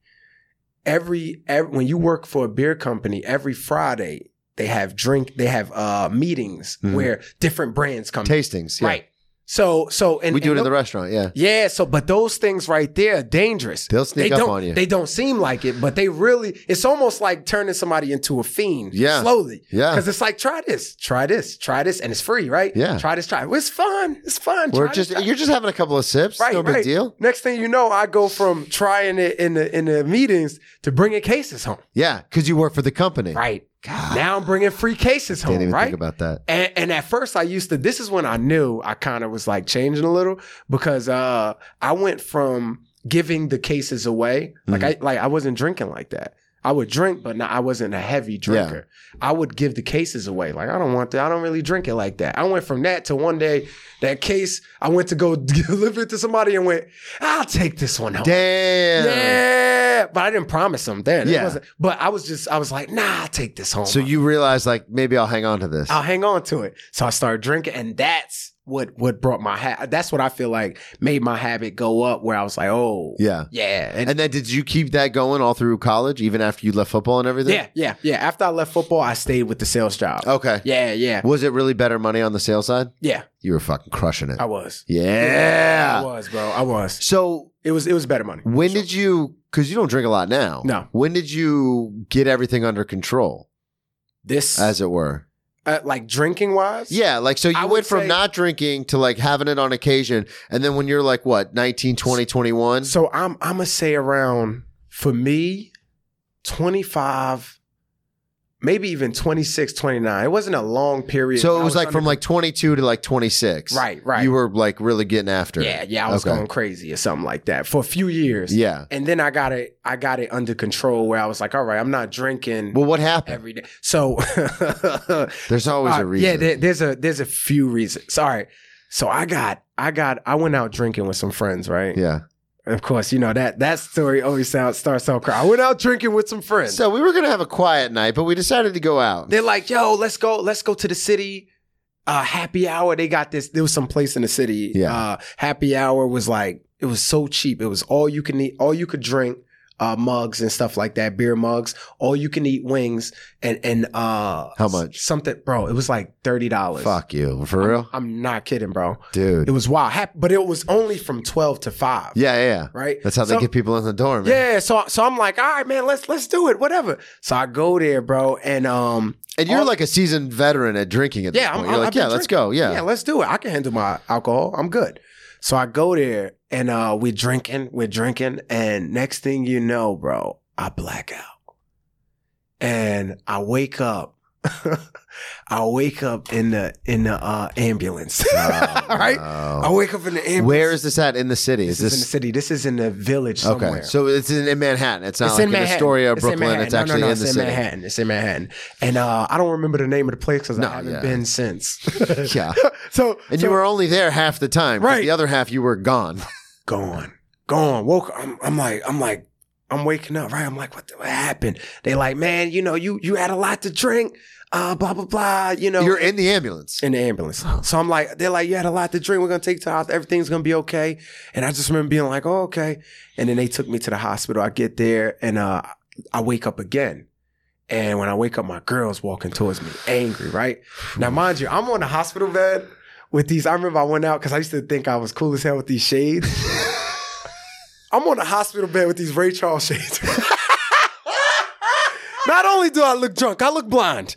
S4: Every, every when you work for a beer company, every Friday they have drink, they have uh meetings
S3: Mhm.
S4: where different brands come.
S3: tastings. Yeah.
S4: Um, Right. So so and
S3: we do it
S4: and
S3: in
S4: tho-
S3: the restaurant. Yeah,
S4: yeah, so but those things right there are dangerous.
S3: They'll sneak
S4: they
S3: up
S4: don't,
S3: on you.
S4: They don't seem like it, but they really it's almost like turning somebody into a fiend.
S3: Yeah.
S4: Slowly.
S3: Yeah.
S4: Because it's like, try this, try this, try this, and it's free, right?
S3: Yeah.
S4: Try this, try it. It's fun. It's fun.
S3: we're
S4: try
S3: just
S4: this, try-
S3: you're just having a couple of sips.
S4: right,
S3: no big
S4: right.
S3: deal.
S4: Next thing you know, I go from trying it in the in the meetings to bringing cases home.
S3: Yeah, because you work for the company.
S4: Right. Now I'm bringing free cases home.
S3: Didn't even
S4: right.
S3: think about that.
S4: And, and at first, I used to. This is when I knew I kind of was like changing a little because uh, I went from giving the cases away. Like
S3: Mm-hmm.
S4: I like I wasn't drinking like that. I would drink, but not, I wasn't a heavy drinker. I would give the cases away. Like I don't want that. I don't really drink it like that. I went from that to one day that case. I went to go deliver it to somebody and went, I'll take this one home.
S3: Damn.
S4: Yeah, but I didn't promise them then. It
S3: Yeah.
S4: wasn't- but I was just, I was like, nah, I'll take this home.
S3: So you realize like maybe I'll hang on to this.
S4: I'll hang on to it. So I started drinking, and that's what what brought my ha- that's what I feel like made my habit go up. Where I was like, oh
S3: yeah.
S4: yeah, and,
S3: And then did you keep that going all through college, even after you left football and everything?
S4: yeah, yeah, yeah. After I left football, I stayed with the sales job.
S3: Okay.
S4: Yeah, yeah,
S3: Was it really better money on the sales side?
S4: yeah.
S3: You were fucking crushing it.
S4: I was. I
S3: yeah.
S4: was, bro. I was.
S3: So
S4: It was. It was better money.
S3: when did you? Because you don't drink a lot now.
S4: No.
S3: When did you get everything under control,
S4: this
S3: as it were?
S4: uh, like drinking wise?
S3: Yeah. Like so,
S4: I
S3: you
S4: would
S3: went from
S4: say-
S3: not drinking to like having it on occasion, and then when you're like what 19, 20, 21?
S4: So I'm I'm gonna say around for me, 25, maybe even 26, 29. It wasn't a long period.
S3: So
S4: I
S3: it was like
S4: under-
S3: from like 22 to like 26.
S4: right, right.
S3: You were like really getting after
S4: Yeah,
S3: it.
S4: yeah, I was
S3: Okay.
S4: going crazy or something like that for a few years.
S3: Yeah.
S4: And then I got it I got it under control where I was like, all right, I'm not drinking
S3: Well, what happened?
S4: every day. So
S3: There's always
S4: uh,
S3: a reason.
S4: Yeah, there, there's a there's a few reasons. All right. So I got I got I went out drinking with some friends, right?
S3: yeah.
S4: Of course, you know that that story always sounds starts out crazy. I went out drinking with some friends.
S3: So we were gonna have a quiet night, but we decided to go out.
S4: They're like, yo, let's go, let's go to the city. Uh, happy hour. They got this. There was some place in the city.
S3: Yeah.
S4: Uh, happy hour was like, it was so cheap. It was all you can eat, all you could drink. uh, mugs and stuff like that, beer mugs. All you can eat wings and and uh
S3: How much?
S4: Something, bro. It was like thirty dollars.
S3: Fuck you. For real?
S4: I'm not kidding, bro. It
S3: Dude.
S4: was wild, Hap- but it was only from twelve to five.
S3: Yeah, yeah, yeah.
S4: right.
S3: That's how they
S4: So-
S3: get people in the door, man.
S4: Yeah, so so I'm like, all right, man, let's let's do it, whatever. So I go there, bro, and um,
S3: And you're
S4: All-
S3: like a seasoned veteran at drinking at this
S4: Yeah, I'm-
S3: point. You're
S4: I've
S3: like,
S4: been
S3: yeah, let's
S4: drinking.
S3: go. Yeah.
S4: yeah, let's do it. I can handle my alcohol. I'm good. So I go there, and uh, we're drinking, we're drinking, and next thing you know, bro, I black out, and I wake up. I wake up in the in the uh, ambulance,
S3: Oh,
S4: right? I
S3: no.
S4: wake up in the ambulance.
S3: Where is this at in the city? Is this,
S4: this? is in the city. This is in the village
S3: okay?
S4: somewhere.
S3: So it's in, in Manhattan. It's not like in Astoria,
S4: It's in
S3: Brooklyn.
S4: Manhattan.
S3: it's
S4: No, no,
S3: actually
S4: no,
S3: in
S4: it's
S3: the
S4: in
S3: city.
S4: Manhattan. It's in Manhattan, and uh, I don't remember the name of the place because
S3: No,
S4: I haven't
S3: yeah.
S4: been since.
S3: Yeah.
S4: so
S3: And
S4: so-
S3: you were only there half the time. 'cause
S4: Right.
S3: The other half you were gone.
S4: gone, gone. Woke. I'm, I'm like, I'm like, I'm waking up. Right. I'm like, what, the, what happened? They like, man, you know, you you had a lot to drink. Uh, blah blah blah. You know,
S3: You're in the ambulance.
S4: in the ambulance. So I'm like, they're like, you had a lot to drink. We're gonna take you to the hospital. Everything's gonna be okay. And I just remember being like, oh, okay. And then they took me to the hospital. I get there and uh, I wake up again. And when I wake up, my girl's walking towards me, angry, right? Now, mind you, I'm on the hospital bed with these. I remember I went out because I used to think I was cool as hell with these shades. I'm on the hospital bed with these Ray Charles shades. Not only do I look drunk, I look blind.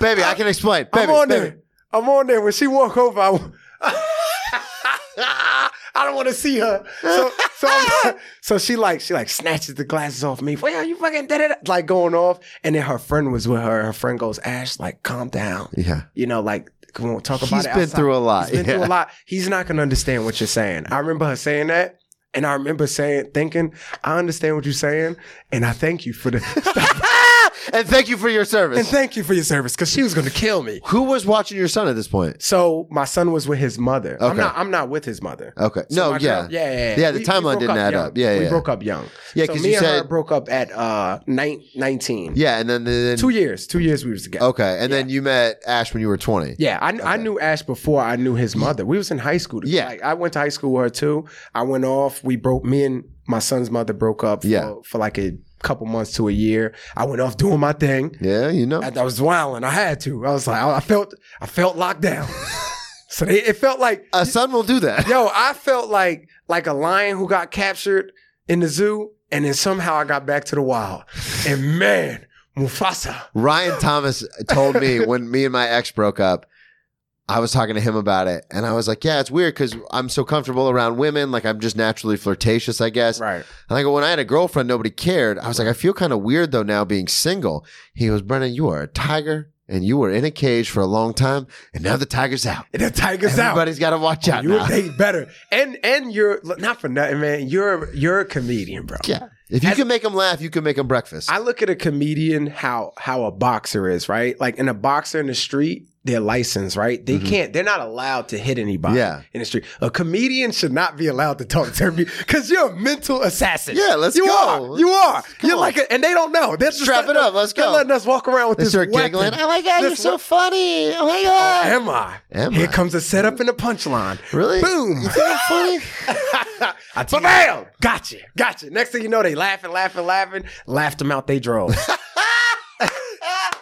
S3: Baby, I can explain. Baby,
S4: I'm on
S3: baby.
S4: there. I'm on there. When she walk over, I, w- I don't want to see her. So, so, I'm- so she like she like snatches the glasses off me. Well, you fucking did it. Like going off, and then her friend was with her. Her friend goes, Ash, like calm down.
S3: Yeah.
S4: You know, like come on, talk about
S3: He's
S4: it.
S3: been
S4: outside.
S3: through a lot.
S4: He's been through
S3: Yeah.
S4: a lot. He's not gonna understand what you're saying. I remember her saying that. And I remember saying, thinking, I understand what you're saying, and I thank you for the,
S3: and thank you for your
S4: and
S3: service.
S4: thank you for your service, because she was gonna kill me.
S3: Who was watching your son at this point?
S4: So my son was with his mother. I'm
S3: Okay.
S4: not. I'm not with his mother.
S3: Okay.
S4: So
S3: no,
S4: my
S3: yeah.
S4: girl- yeah, yeah,
S3: Yeah, the timeline
S4: broke
S3: didn't add
S4: young.
S3: up. Yeah,
S4: we
S3: yeah.
S4: broke up young.
S3: Yeah,
S4: so
S3: 'cause
S4: me
S3: you
S4: and her
S3: said-
S4: broke up at uh nine, 19.
S3: Yeah, Oh. and then, then
S4: two years. Two years we was together.
S3: Okay, and then you met Ash when you were 20.
S4: Yeah, I, I knew Ash before I knew his mother. We was in high school.
S3: Yeah.
S4: like, I went to high school with her too. I went off. We broke. Me and my son's mother broke up. For,
S3: Yeah.
S4: for like a couple months to a year. I went off doing my thing.
S3: Yeah, you know.
S4: I, I was wilding. I had to. I was like, I, I felt. I felt locked down. so they, it felt like
S3: A son will do that.
S4: Yo, I felt like like a lion who got captured in the zoo, and then somehow I got back to the wild. And man, Mufasa.
S3: Ryan Thomas told me when me and my ex broke up, I was talking to him about it, and I was like, "Yeah, it's weird because I'm so comfortable around women. Like I'm just naturally flirtatious, I guess."
S4: Right.
S3: And I go, "When I had a girlfriend, nobody cared." I was like, "I feel kind of weird though now being single." He goes, "Brennan, you are a tiger, and you were in a cage for a long time, and now the tiger's out.
S4: And the tiger's out. Oh,
S3: Everybody's got to watch out
S4: You
S3: now."
S4: they better. And and you're look, not for nothing, man. You're you're a comedian, bro.
S3: yeah. If you
S4: As-
S3: can make them laugh, you can make them breakfast.
S4: I look at a comedian how how a boxer is, right? Like in a boxer in the street, they're licensed, right? They can't, they're not allowed to hit anybody
S3: Mm-hmm. Yeah.
S4: in the street. A comedian should not be allowed to talk to everybody because you're a mental assassin.
S3: Yeah, let's
S4: you
S3: go.
S4: Are, you are. you're
S3: on.
S4: like a, and they don't know. They're just
S3: Strap it
S4: letting
S3: up. Let's
S4: us- They're
S3: go.
S4: letting us walk around with
S3: they
S4: this
S3: start
S4: weapon.
S3: giggling. Oh my god,
S4: This
S3: you're so
S4: wep-
S3: funny! Oh my god.
S4: Am I?
S3: Am
S4: Here
S3: I?
S4: comes the setup and the punchline.
S3: Really?
S4: Boom.
S3: You think I'm funny?
S4: I bam! Gotcha, gotcha. Next thing you know, they laughing, laughing, laughing. Laughed them out they draws.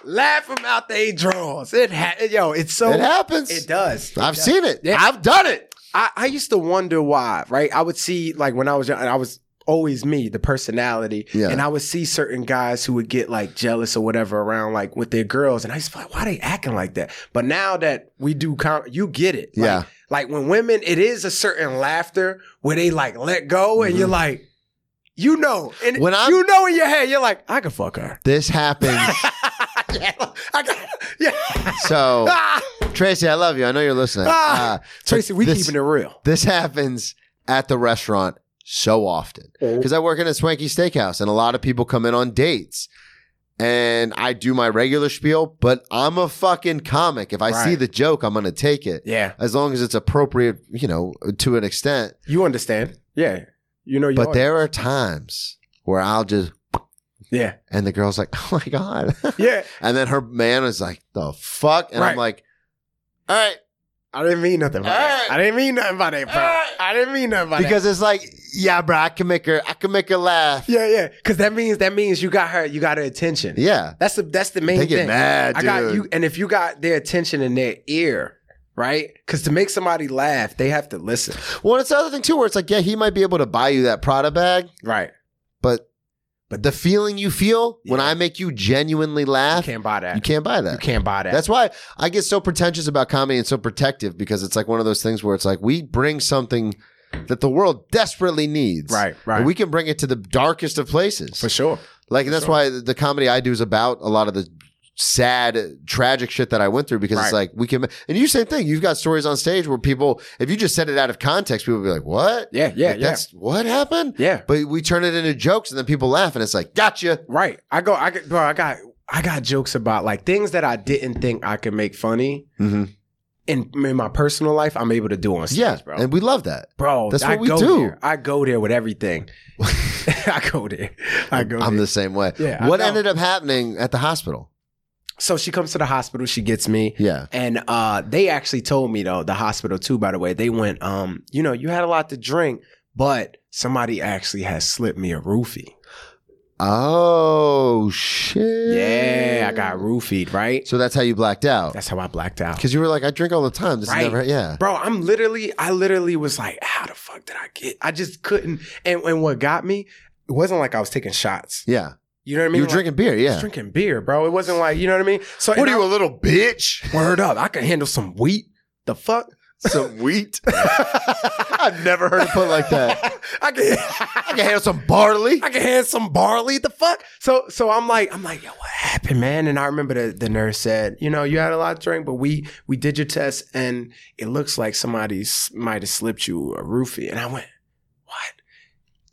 S4: Laugh them out they draws. It ha- yo, it's so
S3: It happens.
S4: It does. It
S3: I've
S4: does.
S3: seen it.
S4: Yeah.
S3: I've done it.
S4: I, I used to wonder why, right? I would see like when I was young, I was always me, the personality,
S3: Yeah.
S4: and I would see certain guys who would get like jealous or whatever around like with their girls, and I used to be like, why they acting like that? But now that we do, com- you get it, Like-
S3: Yeah.
S4: Like when women, it is a certain laughter where they like let go, and you're like, you know, and
S3: Mm-hmm. When I'm-
S4: you know in your head, you're like, I can fuck her.
S3: This happened.
S4: yeah, I got, yeah.
S3: so
S4: Ah!
S3: Tracy, I love you. I know you're listening.
S4: Ah!
S3: Uh,
S4: Tracy, we
S3: this,
S4: keeping it real.
S3: This happens at the restaurant so often
S4: Oh.
S3: because I work in a swanky steakhouse, and a lot of people come in on dates. And I do my regular spiel, but I'm a fucking comic. If I see
S4: Right.
S3: the joke, I'm gonna take it.
S4: Yeah,
S3: As long as it's appropriate, you know, to an extent.
S4: you understand. Yeah, you know. Your
S3: But
S4: audience.
S3: there are times where I'll just
S4: yeah,
S3: and the girl's like, "Oh my god,"
S4: yeah.
S3: and then her man is like, "The fuck," and I'm
S4: Right.
S3: like, "All right,
S4: I didn't mean nothing by that.
S3: Alright.
S4: I didn't mean nothing by that, bro.
S3: Alright.
S4: I didn't mean nothing by that.
S3: because it's like, yeah, bro, I can make her, I can make her laugh.
S4: Yeah, yeah. Because that means that means you got her, you got her attention.
S3: Yeah,
S4: That's the that's the main
S3: They get
S4: thing.
S3: mad,
S4: I got
S3: dude.
S4: you, and if you got their attention in their ear, right? Because to make somebody laugh, they have to listen.
S3: Well, it's the other thing too, where it's like, yeah, he might be able to buy you that Prada bag,
S4: Right.
S3: but but the feeling you feel when
S4: Yeah.
S3: I make you genuinely
S4: You
S3: laugh,
S4: can't buy that.
S3: you can't buy that.
S4: You can't buy that.
S3: That's why I get so pretentious about comedy and so protective because it's like one of those things where it's like we bring something that the world desperately needs.
S4: Right, right.
S3: And we can bring it to the darkest of places.
S4: for sure.
S3: Like, and that's why the comedy I do is about a lot of the sad, tragic shit that I went through because it's
S4: Right.
S3: like we can, and you same thing. You've got stories on stage where people, if you just said it out of context, people would be like, what?
S4: Yeah, yeah,
S3: Like,
S4: yeah.
S3: That's what happened?
S4: Yeah.
S3: But we turn it into jokes and then people laugh and it's like, gotcha.
S4: Right. I go. I get, bro. I got. I got jokes about like things that I didn't think I could make funny
S3: Mm-hmm.
S4: in, in my personal life. I'm able to do on stage,
S3: Yeah.
S4: bro.
S3: And we love that.
S4: bro,
S3: that's
S4: I
S3: what we
S4: go
S3: do.
S4: There. I go there with everything. I go there. I go.
S3: I'm
S4: there.
S3: the same way.
S4: Yeah, I
S3: what
S4: know.
S3: ended up happening at the hospital?
S4: so she comes to the hospital. She gets me.
S3: Yeah.
S4: And uh, they actually told me though, the hospital too, by the way, they went, um, you know, you had a lot to drink, but somebody actually has slipped me a roofie.
S3: Oh shit.
S4: Yeah, I
S3: Mm.
S4: got roofied, right?
S3: So that's how you blacked out.
S4: That's how I blacked out.
S3: Because you were like, I drink all the time. This
S4: Right.
S3: is never yeah.
S4: Bro, I'm literally, I literally was like, how the fuck did I get? I just couldn't. And, and what got me, it wasn't like I was taking shots.
S3: Yeah.
S4: You know what I mean?
S3: you were
S4: Like,
S3: drinking beer,
S4: I
S3: yeah.
S4: was drinking beer, bro. It wasn't like, you know what I mean? So and I-
S3: a little bitch?
S4: word up? I can handle some wheat. The fuck?
S3: Some wheat. I've never heard it put like that.
S4: I can.
S3: I can handle some barley.
S4: I can hand some barley. The fuck? So so I'm like I'm like yo, what happened, man? And I remember the, the nurse said, you know, you had a lot to drink, but we we did your test, and it looks like somebody s- might have slipped you a roofie. And I went, what?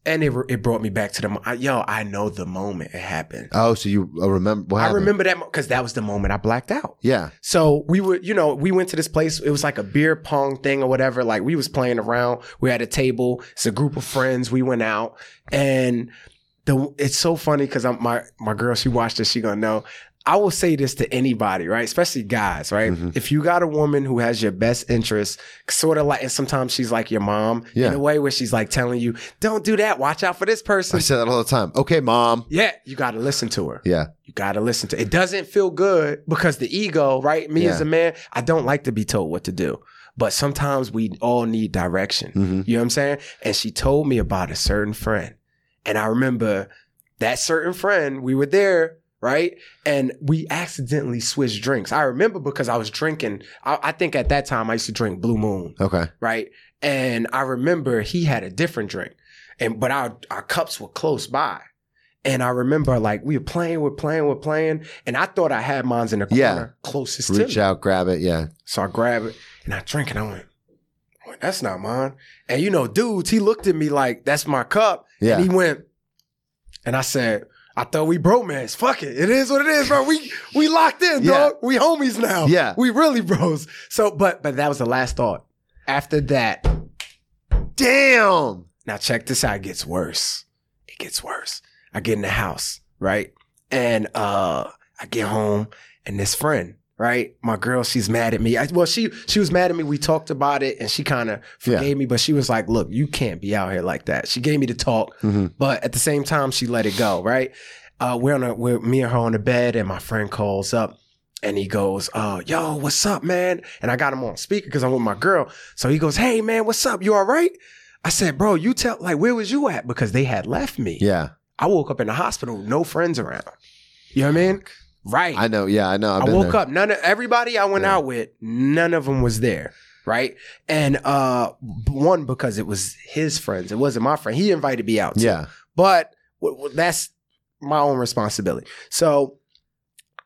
S4: And it it brought me back to the mo- I- yo. I know the moment it happened.
S3: Oh, so you uh, remember what
S4: I
S3: happened?
S4: remember that because that was the moment I blacked out.
S3: Yeah.
S4: So we were, you know, we went to this place. It was like a beer pong thing or whatever. Like we was playing around. We had a table. It's a group of friends. We went out, and the it's so funny because I'm my my girl. She watched this. She gonna know. I will say this to anybody, right? Especially guys, right?
S3: Mhm.
S4: If you got a woman who has your best interest, sort of like, and sometimes she's like your mom in
S3: Yeah.
S4: a way where she's like telling you, "Don't do that. Watch out for this
S3: I
S4: person."
S3: say that all the time. Okay, mom.
S4: Yeah, you got to listen to her.
S3: Yeah.
S4: You gotta listen to it. Doesn't feel good because the ego, right? Me
S3: Yeah.
S4: as a man, I don't like to be told what to do. But sometimes we all need direction.
S3: Mm-hmm.
S4: You know what I'm saying? And she told me about a certain friend. And I remember that certain friend, we were there, right? And we accidentally switched drinks. I remember because I was drinking, I, I think at that time I used to drink Blue Moon,
S3: Okay.
S4: right? And I remember he had a different drink. And but our our cups were close by. And I remember like we were playing, we're playing, we're playing. And I thought I had mine in the corner
S3: Yeah.
S4: closest to me.
S3: Reach out, grab it. Yeah.
S4: So I grab it and I drink and I went, I went, that's not mine. And you know, dudes, he looked at me like, that's my cup.
S3: Yeah.
S4: And he went, and I said, I thought we bromance. Fuck it. It is what it is, bro. We we locked in,
S3: Yeah.
S4: dog. We homies now.
S3: Yeah.
S4: We really bros. So, but but that was the last thought. After that,
S3: Damn.
S4: now check this out. It gets worse. It gets worse. I get in the house, right? And uh I get home and this friend, right? My girl, she's mad at me. I, well, she she was mad at me. We talked about it and she kind of
S3: Yeah.
S4: forgave me, but she was like, "Look, you can't be out here like that." She gave me the talk,
S3: Mhm.
S4: but at the same time she let it go, right? Uh we're on a we're me and her on the bed and my friend calls up and he goes, uh, yo, what's up, man? And I got him on speaker because I'm with my girl. So he goes, hey, man, what's up? You all right? I said, bro, you tell, like, where was you at? Because they had left me.
S3: Yeah.
S4: I woke up in the hospital, no friends around. You know what I mean? Right.
S3: I know. Yeah. I know. I've
S4: I
S3: been
S4: woke
S3: there.
S4: up. None of everybody I went
S3: Yeah.
S4: out with, none of them was there. Right. And uh one, because it was his friends. It wasn't my friend. He invited me out. too.
S3: Yeah.
S4: But w- w- that's my own responsibility. So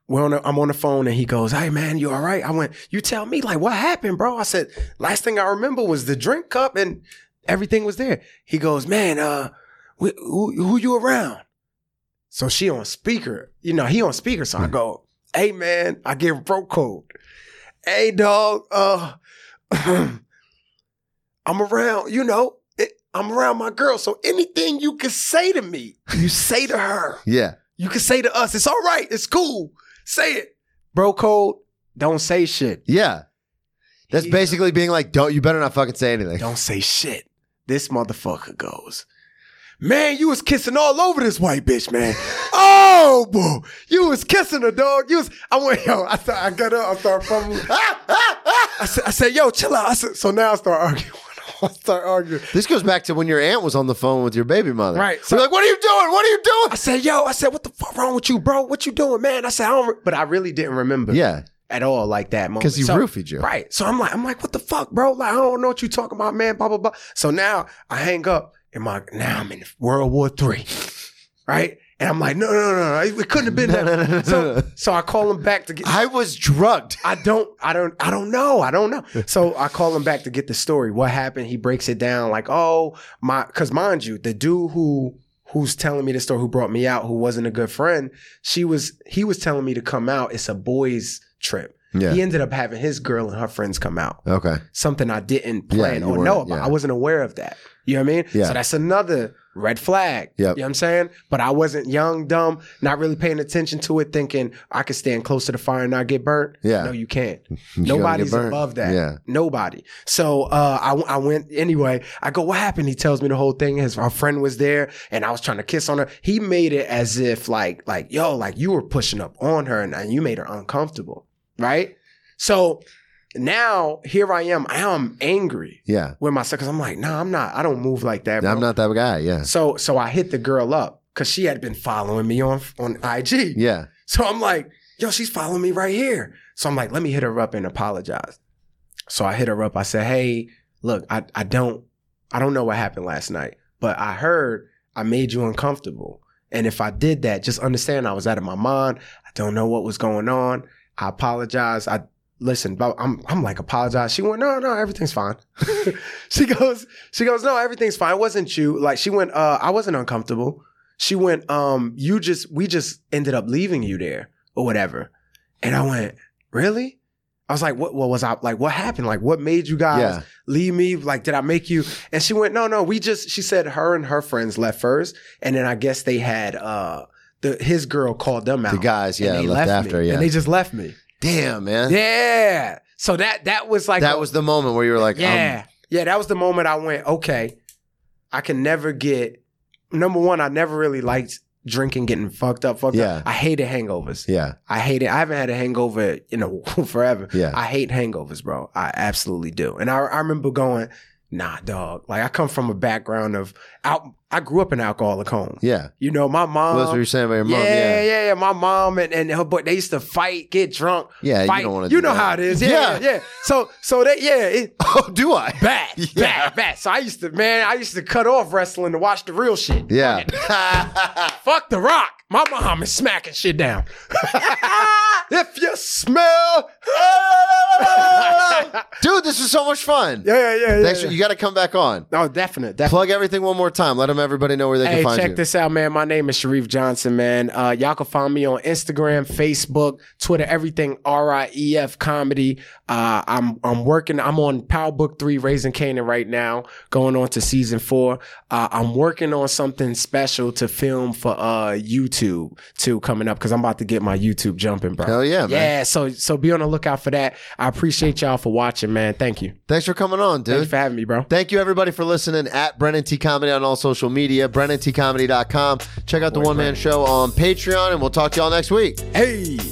S4: we're on. A, I'm on the phone, and he goes, "Hey man, you all right?" I went, "You tell me, like what happened, bro?" I said, "Last thing I remember was the drink cup, and everything was there." He goes, "Man, uh, wh- who, who you around?" So she on speaker, you know, he on speaker. So I go, "Hey man, I get bro code. Hey dog, uh, I'm around, you know." it- I'm around my girl, so anything you can say to me, you say to her.
S3: Yeah.
S4: You can say to us, it's all right, it's cool. Say it. Bro code, don't say shit.
S3: Yeah. That's
S4: He's-
S3: basically being like, don't you better not fucking say anything.
S4: Don't say shit. This motherfucker goes, Man, you was kissing all over this white bitch, man. Oh, boo. You was kissing her, dog. You was, I went, yo, I, th- I got up, I started fumbling. Ah, ah, ah. I, said, I said, yo, chill out. I said, so now I start arguing. I start arguing.
S3: This goes back to when your aunt was on the phone with your baby mother.
S4: Right.
S3: So like, what are you doing? What are you
S4: I
S3: doing?
S4: said, yo, I said, what the fuck wrong with you, bro? What you doing, man? I said, I don't, re-" but I really didn't remember.
S3: Yeah.
S4: at all like that moment.
S3: 'Cause he
S4: So-
S3: roofied you.
S4: Right. So I'm like, I'm like, what the fuck, bro? Like, I don't know what you talking about, man, blah, blah, blah. So now I hang up and my now I'm in World War Three. Right? And I'm like, no, no, no, no. It couldn't have been
S3: No,
S4: that.
S3: no, no, no,
S4: so,
S3: no.
S4: so I call him back to get
S3: I was drugged.
S4: I don't, I don't, I don't know. I don't know. So I call him back to get the story. What happened? He breaks it down like, oh, my, cause mind you, the dude who, who's telling me the story, who brought me out, who wasn't a good friend, she was, he was telling me to come out. It's a boys trip.
S3: Yeah.
S4: He ended up having his girl and her friends come out.
S3: Okay.
S4: Something I didn't
S3: Yeah,
S4: plan
S3: you
S4: or
S3: weren't-
S4: know about.
S3: yeah.
S4: I wasn't aware of that. You know what I mean?
S3: Yeah.
S4: So that's another red flag.
S3: Yep.
S4: You know what I'm saying? But I wasn't young, dumb, not really paying attention to it, thinking I could stand close to the fire and not get burnt.
S3: Yeah.
S4: No, you can't.
S3: You gonna get
S4: Nobody's
S3: burnt.
S4: above that.
S3: Yeah.
S4: Nobody. So uh, I, I went anyway. I go, what happened? He tells me the whole thing. His our friend was there, and I was trying to kiss on her. He made it as if like like yo, like you were pushing up on her, and, and you made her uncomfortable, right? So now here I am. I am angry
S3: Yeah.
S4: with myself because I'm like, nah, I'm not. I don't move like that. Bro.
S3: I'm not that guy. Yeah.
S4: So so I hit the girl up because she had been following me on on IG.
S3: Yeah.
S4: So I'm like, yo, she's following me right here. So I'm like, let me hit her up and apologize. So I hit her up. I said, hey, look, I, I don't I don't know what happened last night, but I heard I made you uncomfortable. And if I did that, just understand I was out of my mind. I don't know what was going on. I apologize. I listen, but I'm I'm like apologize. She went, no, no, everything's fine. she goes, she goes, no, everything's fine. It wasn't you. Like she went, uh, I wasn't uncomfortable. She went, um, you just we just ended up leaving you there or whatever. And I went, really? I was like, what what was I like what happened? Like what made you guys
S3: Yeah.
S4: leave me? Like, did I make you? And she went, no, no, we just, she said her and her friends left first. And then I guess they had, uh, the, his girl called them out.
S3: The guys.
S4: and
S3: Yeah.
S4: they
S3: Left,
S4: me.
S3: after. Yeah.
S4: And they just left me.
S3: Damn, man.
S4: Yeah. So that, that was like,
S3: that
S4: a-
S3: was the moment where you were like, um,
S4: yeah. yeah. That was the moment I went, okay, I can never get, number one, I never really liked drinking, getting fucked up, fucked
S3: Yeah.
S4: up. I hated hangovers.
S3: um, yeah.
S4: I hate it. I haven't had a hangover in a forever.
S3: Yeah.
S4: I hate hangovers, bro. I absolutely do. And I, I remember going, nah, dog. Like I come from a background of out. I grew up in alcoholic home.
S3: Yeah.
S4: You know, my
S3: Well,
S4: mom.
S3: that's what you were saying about your mom.
S4: yeah,
S3: Yeah.
S4: yeah, yeah. My mom and, and her boy, they used to fight, get drunk,
S3: Yeah, you
S4: fight.
S3: don't wanna do
S4: you know
S3: that.
S4: how it is. Yeah, yeah.
S3: Yeah.
S4: So, so they, yeah, it,
S3: Oh, do I?
S4: bad,
S3: Yeah.
S4: bad, bad. So I used to, man, I used to cut off wrestling to watch the real shit.
S3: Yeah.
S4: Fuck The Rock. My mom is smacking shit down. if you smell. yeah,
S3: Dude, this was so much fun.
S4: yeah, yeah.
S3: Thanks.
S4: yeah.
S3: for- You got to come back on.
S4: Oh, definite, definite.
S3: Plug everything one more time. Let them everybody know where they
S4: Hey,
S3: can find
S4: check
S3: you.
S4: this out, man. My name is Sharif Johnson, man. Uh, y'all can find me on Instagram, Facebook, Twitter, everything. R I E F comedy. Uh, I'm I'm working. I'm on Power Book Three, Raising Canaan right now, going on to season four. Uh, I'm working on something special to film for uh, YouTube too coming up because I'm about to get my YouTube jumping, bro.
S3: Hell yeah, man.
S4: Yeah, so so be on the lookout for that. I appreciate y'all for watching, man. Thank you.
S3: Thanks for coming on, dude.
S4: Thanks for having me, bro.
S3: Thank you, everybody, for listening at Brennan T Comedy on all social media, BrennanTComedy.com. Check out the one man show on Patreon, and we'll talk to y'all next week.
S4: Hey.